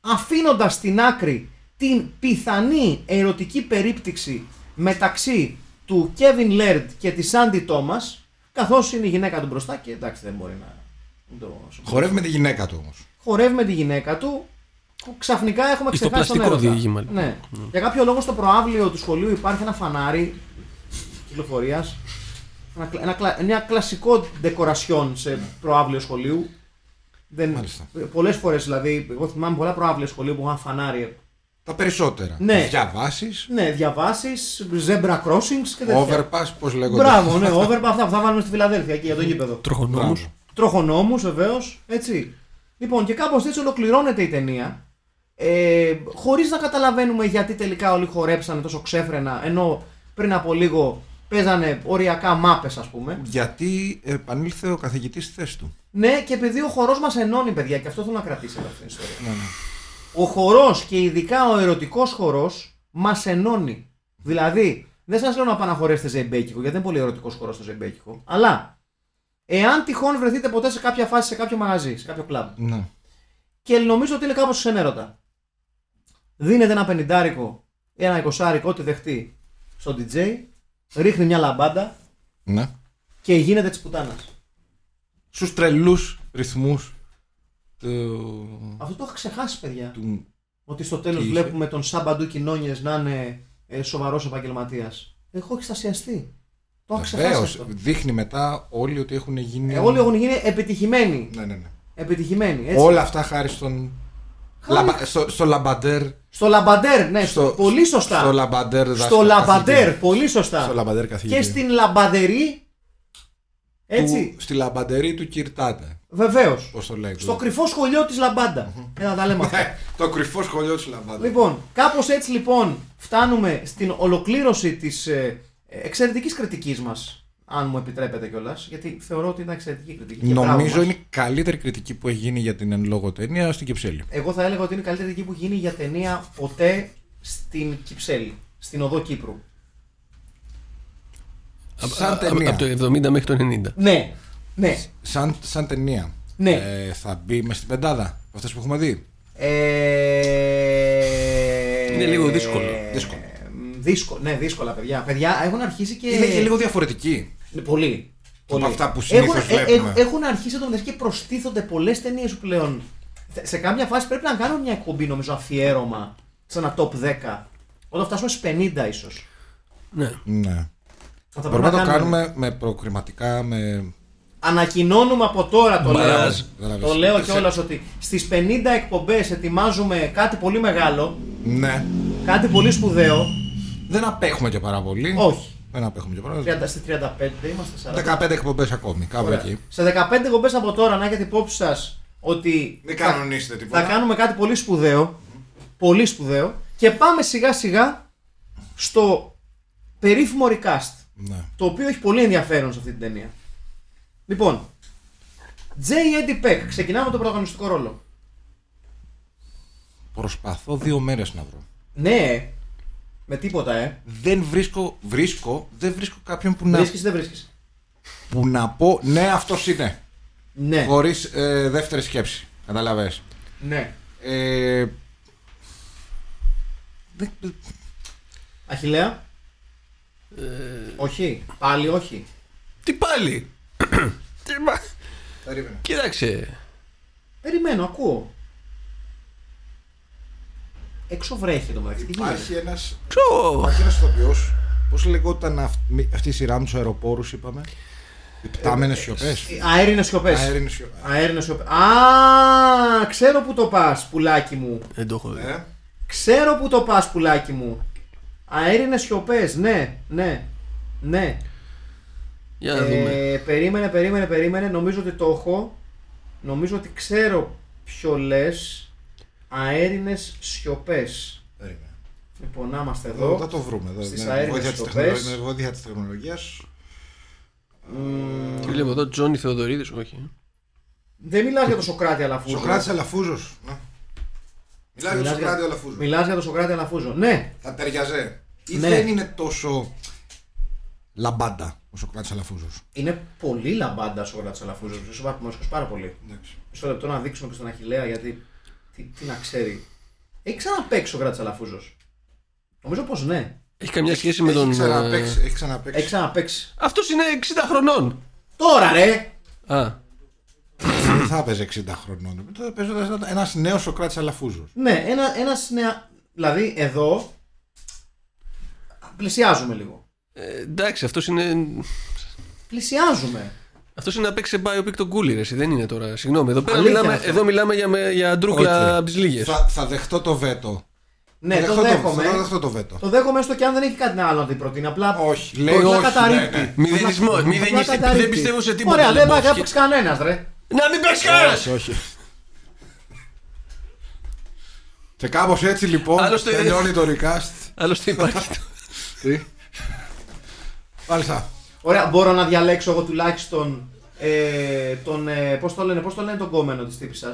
αφήνοντας στην άκρη την πιθανή ερωτική περίπτυξη μεταξύ του Κέβιν Λέρντ και της Άντι Τόμας, καθώς είναι η γυναίκα του μπροστά και εντάξει δεν μπορεί να να το Χορεύει με τη γυναίκα του όμως. χορεύει με τη γυναίκα του. που Ξαφνικά έχουμε Στο ξεχάσει τον πλαστικό έρωτα. διήγημα, λοιπόν. Ναι. Για κάποιο λόγο στο προάβλιο του σχολείου υπάρχει ένα φανάρι κυκλοφορίας. Ένα, κλα- ένα, κλα- μια κλασικό ντεκορασιόν σε προάβλιο σχολείου. Δεν... Μάλιστα. Πολλές φορές δηλαδή, εγώ θυμάμαι πολλά προάβλια σχολείου που είχαν φανάρι. Τα περισσότερα. Ναι. Διαβάσεις. Ναι, διαβάσεις, zebra crossings και τέτοια. Overpass, πώς λέγονται. Ναι, Μπράβο, ναι, overpass. Αυτά που θα βάλουμε στη Φιλαδέλφια και για το γήπεδο. Τροχονόμους. Μπράβο. Τροχονόμους, βεβαίως. Έτσι. Λοιπόν, και κάπως έτσι ολοκληρώνεται η ταινία. Ε, Χωρίς να καταλαβαίνουμε γιατί τελικά όλοι χορέψανε τόσο ξέφρενα, ενώ πριν από λίγο παίζανε οριακά μάπες, ας πούμε. Γιατί επανήλθε ο καθηγητής στη θέση του. Ναι, και επειδή ο χορός μας ενώνει, παιδιά, και αυτό θέλω να κρατήσετε αυτή την ιστορία. Ο χορός και ειδικά ο ερωτικός χορός μας ενώνει. Δηλαδή, δεν σας λέω να πάτε να χορέψετε ζεμπέκικο, γιατί δεν είναι πολύ ερωτικός χορός το ζεμπέκικο, αλλά εάν τυχόν βρεθείτε ποτέ σε κάποια φάση, σε κάποιο μαγαζί, σε κάποιο κλαμπ, Ναι. και νομίζω ότι είναι κάπως σε έρωτα. Δίνεται ένα πενηντάρικο, ένα εικοσάρικο, ό,τι δεχτεί στον DJ, ρίχνει μια λαμπάντα ναι. και γίνεται της πουτάνας. Στους τρελούς ρυθμούς του. Αυτό το είχα ξεχάσει, παιδιά. του... Ότι στο τέλος Τι είχε? βλέπουμε τον Σαμπαντού Κοινόνιε να είναι σοβαρός επαγγελματίας. Έχω εκστασιαστεί. Το είχα ξεχάσει. Βεβαίω. Αυτό. Δείχνει μετά όλοι ότι έχουν γίνει. Ε, όλοι έχουν γίνει επιτυχημένοι. Ναι, ναι, ναι. Επιτυχημένοι. Έτσι. Όλα αυτά χάρη στον. Χάρη- Λαμπα- Στο, στο λαμπαντέρ. Στο λαμπαντέρ, ναι, Στο... πολύ σωστά. Στο λαμπαντέρ. Στο δάσκαλο, λαμπαντέρ, καθηγητή. πολύ σωστά. Στο λαμπαντέρ καθηγητή. Και στην λαμπαδερή. Του- Έτσι. Στη λαμπαντερή του Κυρτάτα. Βεβαίως. Πώς το λέγεται. Στο κρυφό σχολείο της Λαμπάντα. Ε, να τα λέμε αυτά. Ναι, το κρυφό σχολείο του λαμπαντέρ. λοιπόν, κάπως έτσι λοιπόν φτάνουμε στην ολοκλήρωση της ε, εξαιρετικής κριτικής μας αν μου επιτρέπετε κιόλας, γιατί θεωρώ ότι είναι εξαιρετική κριτική. Λοιπόν, και μπράβο Νομίζω μας. είναι η καλύτερη κριτική που έχει γίνει για την εν λόγω ταινία στην Κυψέλη. Εγώ θα έλεγα ότι είναι η καλύτερη κριτική που γίνει για ταινία ποτέ στην Κυψέλη, στην οδό Κύπρου. Σαν ταινία. Από το 70 μέχρι το 90. Ναι, ναι. Σαν, σαν ταινία. Ναι. Ε, θα μπει μες στην πεντάδα. Αυτές που έχουμε δει. Ε... Είναι λίγο δύσκολο. Δύσκολο. μ, δύσκολο. Ναι, δύσκολα, παιδιά. Παιδιά έχουν αρχίσει και. Είναι και λίγο διαφορετική. Ναι, Πολύ. Από πολύ. αυτά που συνήθως έχουν, ε, βλέπουμε. ε, έχουν αρχίσει το μεταξύ και προστίθονται πολλές ταινίες που πλέον. Θε- Σε κάποια φάση πρέπει να κάνουν μια εκπομπή, νομίζω, αφιέρωμα σε ένα top 10. Όταν φτάσουμε στι 50, ίσως. Ναι. Ναι. Μπορούμε να το κάνουμε με προκριματικά, με. Ανακοινώνουμε από τώρα το λέω. Μπαράζ. Καταλάβες. Το λέω Σε- κιόλας ότι στις 50 εκπομπές ετοιμάζουμε κάτι πολύ μεγάλο, Ναι. κάτι πολύ σπουδαίο. Δεν απέχουμε και πάρα πολύ. Όχι. Δεν απέχουμε και πάρα 30 πολύ. Στι 35 είμαστε 40. 15 εκπομπές ακόμη, κάπου Ωραία. εκεί. Σε 15 εκπομπές από τώρα να έχετε υπόψη σας ότι Μην θα- κανονίσετε τίποτα. θα κάνουμε κάτι πολύ σπουδαίο. Πολύ σπουδαίο. Και πάμε σιγά σιγά στο περίφημο recast. Ναι. Το οποίο έχει πολύ ενδιαφέρον σε αυτή την ταινία. Λοιπόν, J. Eddie Peck. Ξεκινάμε με τον πρωταγωνιστικό ρόλο. Προσπαθώ δύο μέρες να βρω. Ναι, με τίποτα, ε. Δεν βρίσκω, βρίσκω, δεν βρίσκω κάποιον που να, Βρίσκεις ή δεν βρίσκεις. που να πω ναι, αυτός είναι. Ναι. Χωρίς ε, δεύτερη σκέψη. Καταλαβέ. ναι. Ε, δεν- Αχηλέα. Όχι. Πάλι όχι. Τι πάλι! Τι μα- Κοίταξε. Περιμένω, ακούω. Έξω βρέχει το μεταξύ. Τι γίνεται. Υπάρχει ένας Ξέρω. ηθοποιός. Πώς λεγόταν αυ- μη- αυτή η σειρά με τους αεροπόρους, είπαμε. Οι πτάμενες Ε, σιωπές. Αέρινες σιωπές. Αέρινες σιωπέ. Αέρινες σιωπές. Α, ξέρω που το πας, πουλάκι μου. Δεν το ε, έχω δει. Ξέρω που το πας, πουλάκι μου. Αέρινες σιωπές. Ναι, ναι, ναι. Για να δούμε. Ε, περίμενε, περίμενε, περίμενε. Νομίζω ότι το έχω. Νομίζω ότι ξέρω ποιο λες. Αέρινες σιωπές. Λοιπόν, να είμαστε εδώ. Θα το βρούμε. εδώ, Στις με αέρινες βοήθεια της σιωπές. τεχνολογίας- Με βοήθεια της τεχνολογίας. Τι βλέπω εδώ, Τζόνι Θεοδωρίδης, όχι. Δεν μιλάς για το Σοκράτη Αλαφούζο. Σοκράτης Αλαφούζος. ναι. Μιλάει για τον Σοκράτη Αλαφούζο. Μιλάς για το Σοκράτη Αλαφούζο. Ναι, Θα ταιριαζέ. Ή Ναι. δεν είναι τόσο λαμπάντα ο Σοκράτης Αλαφούζος. είναι πολύ λαμπάντα ο Σοκράτης Αλαφούζος. Σου είπα πάρα πολύ. Μισό λεπτό να δείξουμε και στον Αχηλέα γιατί τι, τι να ξέρει. Έχει ξαναπέξει ο Κράτη Αλαφούζος. Νομίζω πως ναι. Έχει καμιά σχέση με τον. Έχει ξαναπέξει. Έχει Έχει ξαναπέξει. ξαναπέξει. Αυτός είναι 60 χρονών. Τώρα ρε! Α. Δεν θα έπαιζε 60 χρονών. Τότε παίζοντας ένα νέο Σοκράτη Αλαφούζος. Ναι, ένα, ένας νεα... Δηλαδή εδώ. Πλησιάζουμε λίγο. Ε, εντάξει, αυτός είναι. Πλησιάζουμε. Αυτός είναι να παίξει σε biopic τον Κούλι, ρε, εσύ, δεν είναι τώρα. Συγγνώμη, εδώ, πέρα Αλήθεια μιλάμε, αυτό. εδώ μιλάμε για, με- για ντρούκλα Οκ. okay. ψλίγε. Θα, θα δεχτώ το βέτο. Ναι, Θα το δεχτώ δέχομαι. θα δεχτώ το βέτο. Το δέχομαι έστω και αν δεν έχει κάτι άλλο να την προτείνει. Απλά Όχι, απλά λέει όχι, ναι, καταρρύπτει. ναι. Μηδενισμό, Απλά- μηδενισμός. απλά Δεν καταρρύπτει. πιστεύω σε τίποτα, Ωραία, δεν λέμε, πάει να όχι. παίξει κανένας, ρε. Να μην παίξει Ναι. κανένα! όχι. Και κάπως έτσι λοιπόν Άλλωστε- τελειώνει το recast. Άλλωστε υπάρχει. το- Τι. Μάλιστα. Ωραία, μπορώ να διαλέξω εγώ τουλάχιστον ε, τον. Ε, πώς το λένε, πώς το λένε τον κόμενο της τύπης σας.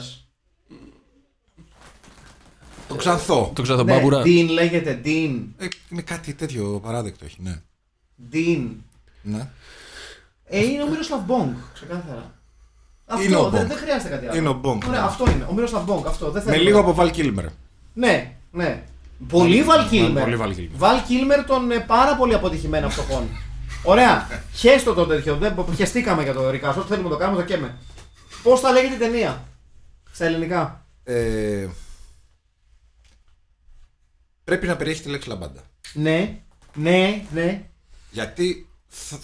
Το ξανθώ. Το ξαθομπάμπουρα. Ναι, Dean λέγεται Dean. Ε, είναι κάτι τέτοιο παράδεκτο έχει, ναι. Dean. ναι. Ε, είναι ο Μύροσλαβ Μπόγκ, ξεκάθαρα. Αυτό Είναι ο δεν, Μπονγκ. δεν χρειάζεται κάτι άλλο. Είναι ο Μπονγκ, Ωραία, ναι. αυτό είναι. Ο Μύροσλαβ Μπόγκ, αυτό. Δεν Με θέλω. λίγο από Val Kilmer. Ναι, ναι. Πολύ Βαλ Κίλμερ. πολύ Val Kilmer. Βαλ Κίλμερ των ε, πάρα πολύ αποτυχημένα φτωχών. Ωραία. Χέστο το τέτοιο. Δεν μπο- χεστήκαμε για το Ρικάστο. Θέλουμε να το κάνουμε, το καίμε. Πώς θα λέγεται η ταινία στα ελληνικά. Ε, πρέπει να περιέχει τη λέξη λαμπάντα. Ναι, ναι, ναι. Γιατί θα,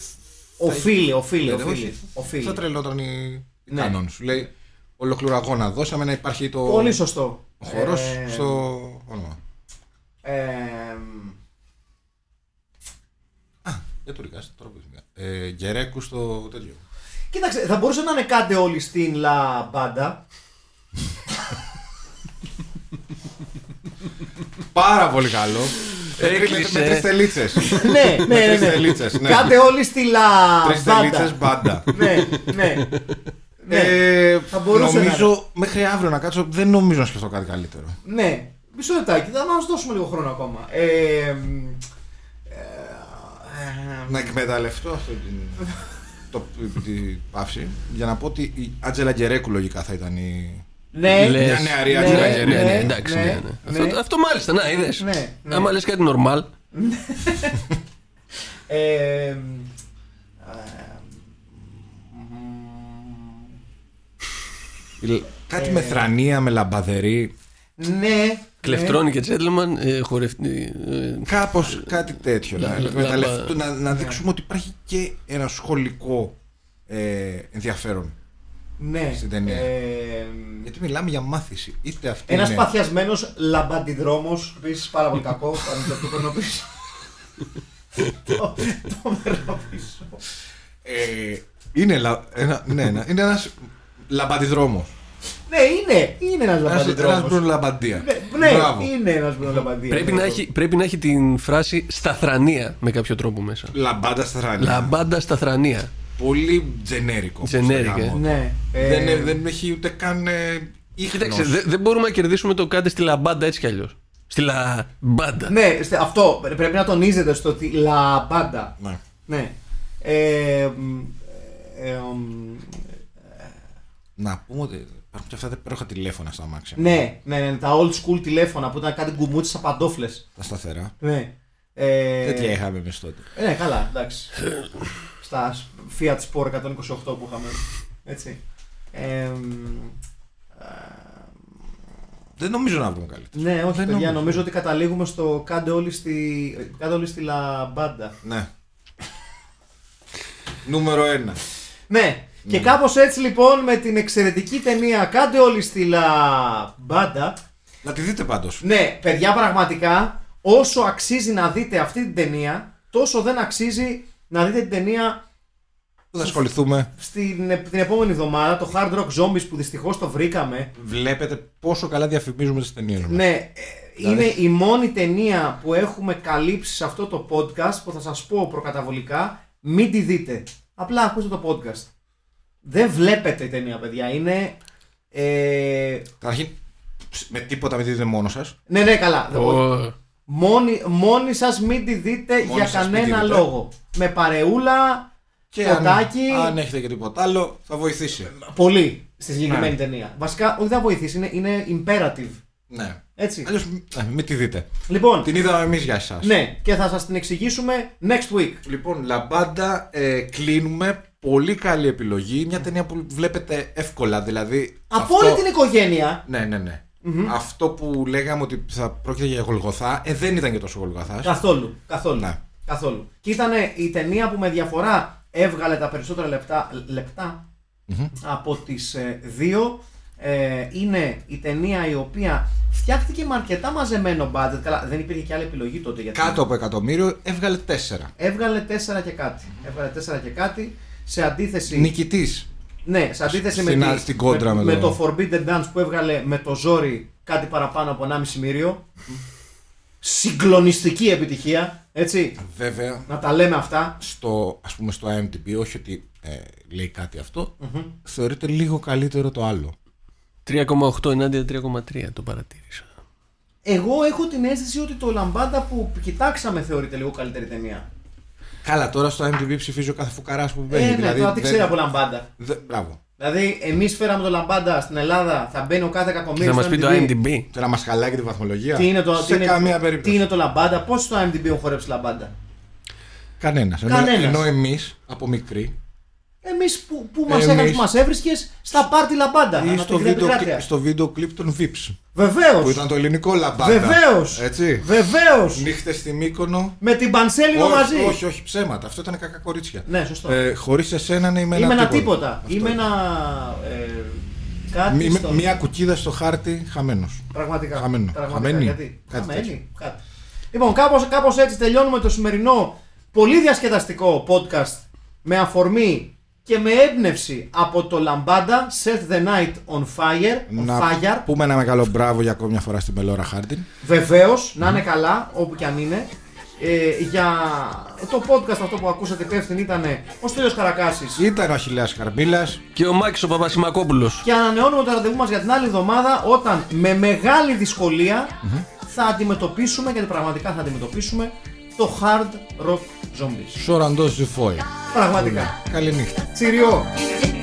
Οφείλει, οφείλει, Δεν οφείλει. όχι. οφείλει. θα τρελόταν η Ναι. ναι. κανόν σου. Λέει ολοκληρό αγώνα. Δώσαμε να υπάρχει το Πολύ σωστό. ο χώρος Ε, στο όνομα. ε, Για το ρικάς, τώρα που θυμήθηκα. ε, Γκερέκου στο τέτοιο. κοίταξε, θα μπορούσε να είναι κάντε όλοι στην λα μπάντα. Πάρα πολύ καλό. Ε, Έκλεισε. Με τρεις τελίτσες. ναι, ναι, ναι, Τρεις ναι. τελίτσες, ναι. Κάντε όλοι στη λα... Τρει βάντα. τελίτσε μπάντα. Ναι, ναι. ναι. Ε, Θα μπορούσε νομίζω μέχρι αύριο να κάτσω. Δεν νομίζω να σκεφτώ κάτι καλύτερο. Ναι, μισό λεπτάκι, θα μα δώσουμε λίγο χρόνο ακόμα. Ε, ε, ε, Να εκμεταλλευτώ αυτή την το, την παύση για να πω ότι η Άτζελα Γκερέκου λογικά θα ήταν η. ναι, Λες. Μια νεαρή ναι, Άτζελα Ναι, ναι, Γκερέκου. ναι, ναι, εντάξει. ναι, ναι. ναι. Αυτό- Αυτό μάλιστα, να είδες. Ναι, ναι. Άμα λες κάτι νορμάλ. Ε, ε, ε, Η- Κάτι με θρανία, με λαμπαδερή. ναι. Κλεφτρώνει και τζέντλμαν, ε, χορευτή. ε, Κάπως κάτι τέτοιο. Λα- να, λα- εκμεταλλευτώ- λαμπα- να, να δείξουμε ότι υπάρχει και ένα σχολικό ε, ενδιαφέρον. Ναι. ναι. Στην ταινία. Ε, Γιατί μιλάμε για μάθηση. Είτε αυτή ένας είναι. παθιασμένος λαμπαντιδρόμος, επίση πάρα πολύ κακό. Αν το παίρνω πίσω. το το παίρνω πίσω. Ε, είναι λα, ένα, ναι, ένα- είναι ένας λαμπαντιδρόμος. Ναι, είναι, είναι ένας Ένας, ένας λαμπαντιδρόμο. Μπρουνο λαμπαντία. Ναι, Μπράβο. είναι ένας λαμπαντιδρόμο. Πρέπει να, έχει, πρέπει να έχει την φράση σταθρανία με κάποιο τρόπο μέσα. Ναι. Λαμπάντα στα θρανία. Λαμπάντα σταθρανία. Πολύ τζενέρικο. όπως το Generic, γάμο ε. του. Ναι. ε, Δεν, ε, δεν έχει ούτε καν ε, ίχνος. Κοίταξε, δε- δεν μπορούμε να κερδίσουμε το κάτι στη λαμπάντα έτσι κι αλλιώς. Στη λαμπάντα. Ναι, στε- αυτό πρέπει να τονίζεται στο ότι λαμπάντα. Ναι. Ναι. Ε, μ, ε, μ, Να πούμε ότι υπάρχουν και αυτά τα υπέροχα τηλέφωνα στα αμάξια. ναι, ναι, ναι, τα old school τηλέφωνα που ήταν κάτι γκουμούτσι σαν παντόφλες. Τα σταθερά. Ναι. Ε, Τέτοια είχαμε εμείς τότε. ε, Ναι, καλά, εντάξει. Στα Fiat Sport 128 που είχαμε. Έτσι. Ε, μ, ε, Δεν νομίζω να βρούμε καλύτερα. ναι, όχι, Δεν παιδιά, νομίζω. νομίζω. ότι καταλήγουμε στο κάντε όλοι στη, κάντε όλοι στη λαμπάντα. Ναι. Νούμερο ένα. Ναι. Και κάπως έτσι λοιπόν με την εξαιρετική ταινία Κάντε όλοι στη λαμπάντα. Να τη δείτε πάντως. Ναι, παιδιά, πραγματικά όσο αξίζει να δείτε αυτή την ταινία, τόσο δεν αξίζει να δείτε την ταινία Ναι. Πού θα ασχοληθούμε. στην, την επόμενη εβδομάδα, το Hard Rock Zombies που δυστυχώς το βρήκαμε. Βλέπετε πόσο καλά διαφημίζουμε τις ταινίες μας. Ναι, ε, είναι η μόνη ταινία που έχουμε καλύψει σε αυτό το podcast που θα σας πω προκαταβολικά μην τη δείτε. Απλά ακούστε το podcast. Δεν βλέπετε η ταινία, παιδιά. Είναι. Ε, Καταρχήν, ψ, με τίποτα μην δείτε μόνος σας. ναι, ναι, καλά. δεν μπορεί. Ω, Μόνοι, μόνοι σας μην τη δείτε Μόνοι για σας μην κανένα τη δείτε. λόγο. Με παρεούλα, Και αν, φωτάκι, αν ναι. έχετε και τίποτα άλλο, θα βοηθήσει. πολύ στη συγκεκριμένη ταινία. Βασικά, όχι δεν θα βοηθήσει, είναι, είναι imperative. Ναι. Έτσι. Αλλιώς μην τη δείτε. Λοιπόν, Την είδαμε εμείς για εσάς. ναι, και θα σας την εξηγήσουμε next week. Λοιπόν, λαμπάντα, ε, κλείνουμε. Πολύ καλή επιλογή. Μια ταινία που βλέπετε εύκολα. Δηλαδή. Από αυτό- όλη την οικογένεια. Ναι, ναι, ναι. Αυτό που λέγαμε ότι θα πρόκειται για Γολγοθά, ε, δεν ήταν και τόσο Γολγοθάς. Καθόλου. Καθόλου. Ναι. καθόλου. Και ήταν η ταινία που με διαφορά έβγαλε τα περισσότερα λεπτά, λεπτά από τις ε, δύο. Ε, είναι η ταινία η οποία φτιάχτηκε με αρκετά μαζεμένο budget. Καλά, δεν υπήρχε και άλλη επιλογή τότε. Γιατί Κάτω από εκατομμύριο έβγαλε 4. Έβγαλε 4 και κάτι. Έβγαλε 4 και κάτι. Σε αντίθεση, Νικητής. ναι, σε αντίθεση Στην με, α- τη- στην κόντρα με, με με το το- Forbidden Dance που έβγαλε με το ζόρι κάτι παραπάνω από 1,5 μύριο. Συγκλονιστική επιτυχία. Έτσι. Βέβαια, Να τα λέμε αυτά. στο, ας πούμε στο IMDb, όχι ότι ε, λέει κάτι αυτό, θεωρείται λίγο καλύτερο το άλλο. 3,8 ενάντια 3,3 το παρατήρησα. Εγώ έχω την αίσθηση ότι το Λαμπάντα που κοιτάξαμε θεωρείται λίγο καλύτερη ταινία. Καλά, τώρα στο IMDb ψηφίζει ο κάθε φουκαρά που Ε, μπαίνει. ναι, δηλαδή, τώρα τι δεν- ξέρει από Λαμπάντα. δεν- μπράβο. Δηλαδή, εμείς φέραμε το Λαμπάντα στην Ελλάδα, θα μπαίνει ο κάθε κακομίρι. Θα μας πει το IMDb. Και να μας χαλάει και τη βαθμολογία. Τι είναι το, Σε τι είναι, καμία τι περίπτωση. είναι το Λαμπάντα, πώς στο IMDb έχουν χορέψει Λαμπάντα. Κανένας. Κανένας. Ενώ εμείς από μικροί Εμείς που, που μας Εμείς. έκανε που μας έβρισκες στα πάρτι Λαμπάντα. ή ανά στο την βίντεο, επικράτεια. στο βίντεο κλιπ των Vips. Που Βεβαίω. ήταν το ελληνικό λαμπάντα. Βεβαίως. Έτσι. Βεβαίως. Νύχτες στη Μύκονο. Με την Πανσέλινο όχι, μαζί. όχι, όχι, ψέματα. Αυτό ήταν κακά κορίτσια. Ναι, σωστό. Ε, Χωρίς εσένα ναι, είμαι ένα Είμαι ένα τίποτα. τίποτα. Αυτό Είμαι είναι. ένα. Ε, κάτι Μη- στο- Μία κουκίδα στο χάρτη χαμένος. Πραγματικά. Χαμένο. Πραγματικά. Χαμένη. Γιατί. Κάτι Χαμένη. τέτοιο. Κάτι. Λοιπόν, κάπως, κάπως έτσι τελειώνουμε το σημερινό πολύ διασκεδαστικό podcast με αφορμή και με έμπνευση από το Λαμπάντα Set the Night on Fire, on Να fire πούμε ένα μεγάλο μπράβο για ακόμη μια φορά στην Μελόρα Χάρτιν. Βεβαίως, να είναι καλά, όπου και αν είναι. Ε, για το podcast αυτό που ακούσατε υπεύθυνη ήταν ο Στέλιος Καρακάσης Ήταν ο Αχιλέας Καρμπίλα. Και ο Μάκης ο Παπασημακόπουλος. και ανανεώνουμε το ραντεβού μας για την άλλη εβδομάδα όταν με μεγάλη δυσκολία θα αντιμετωπίσουμε, γιατί πραγματικά θα αντιμετωπίσουμε, το Hard Rock Zombies. Σοραντό Ζουφόη. Πραγματικά. Καληνύχτα. Τσιριό! Thank you.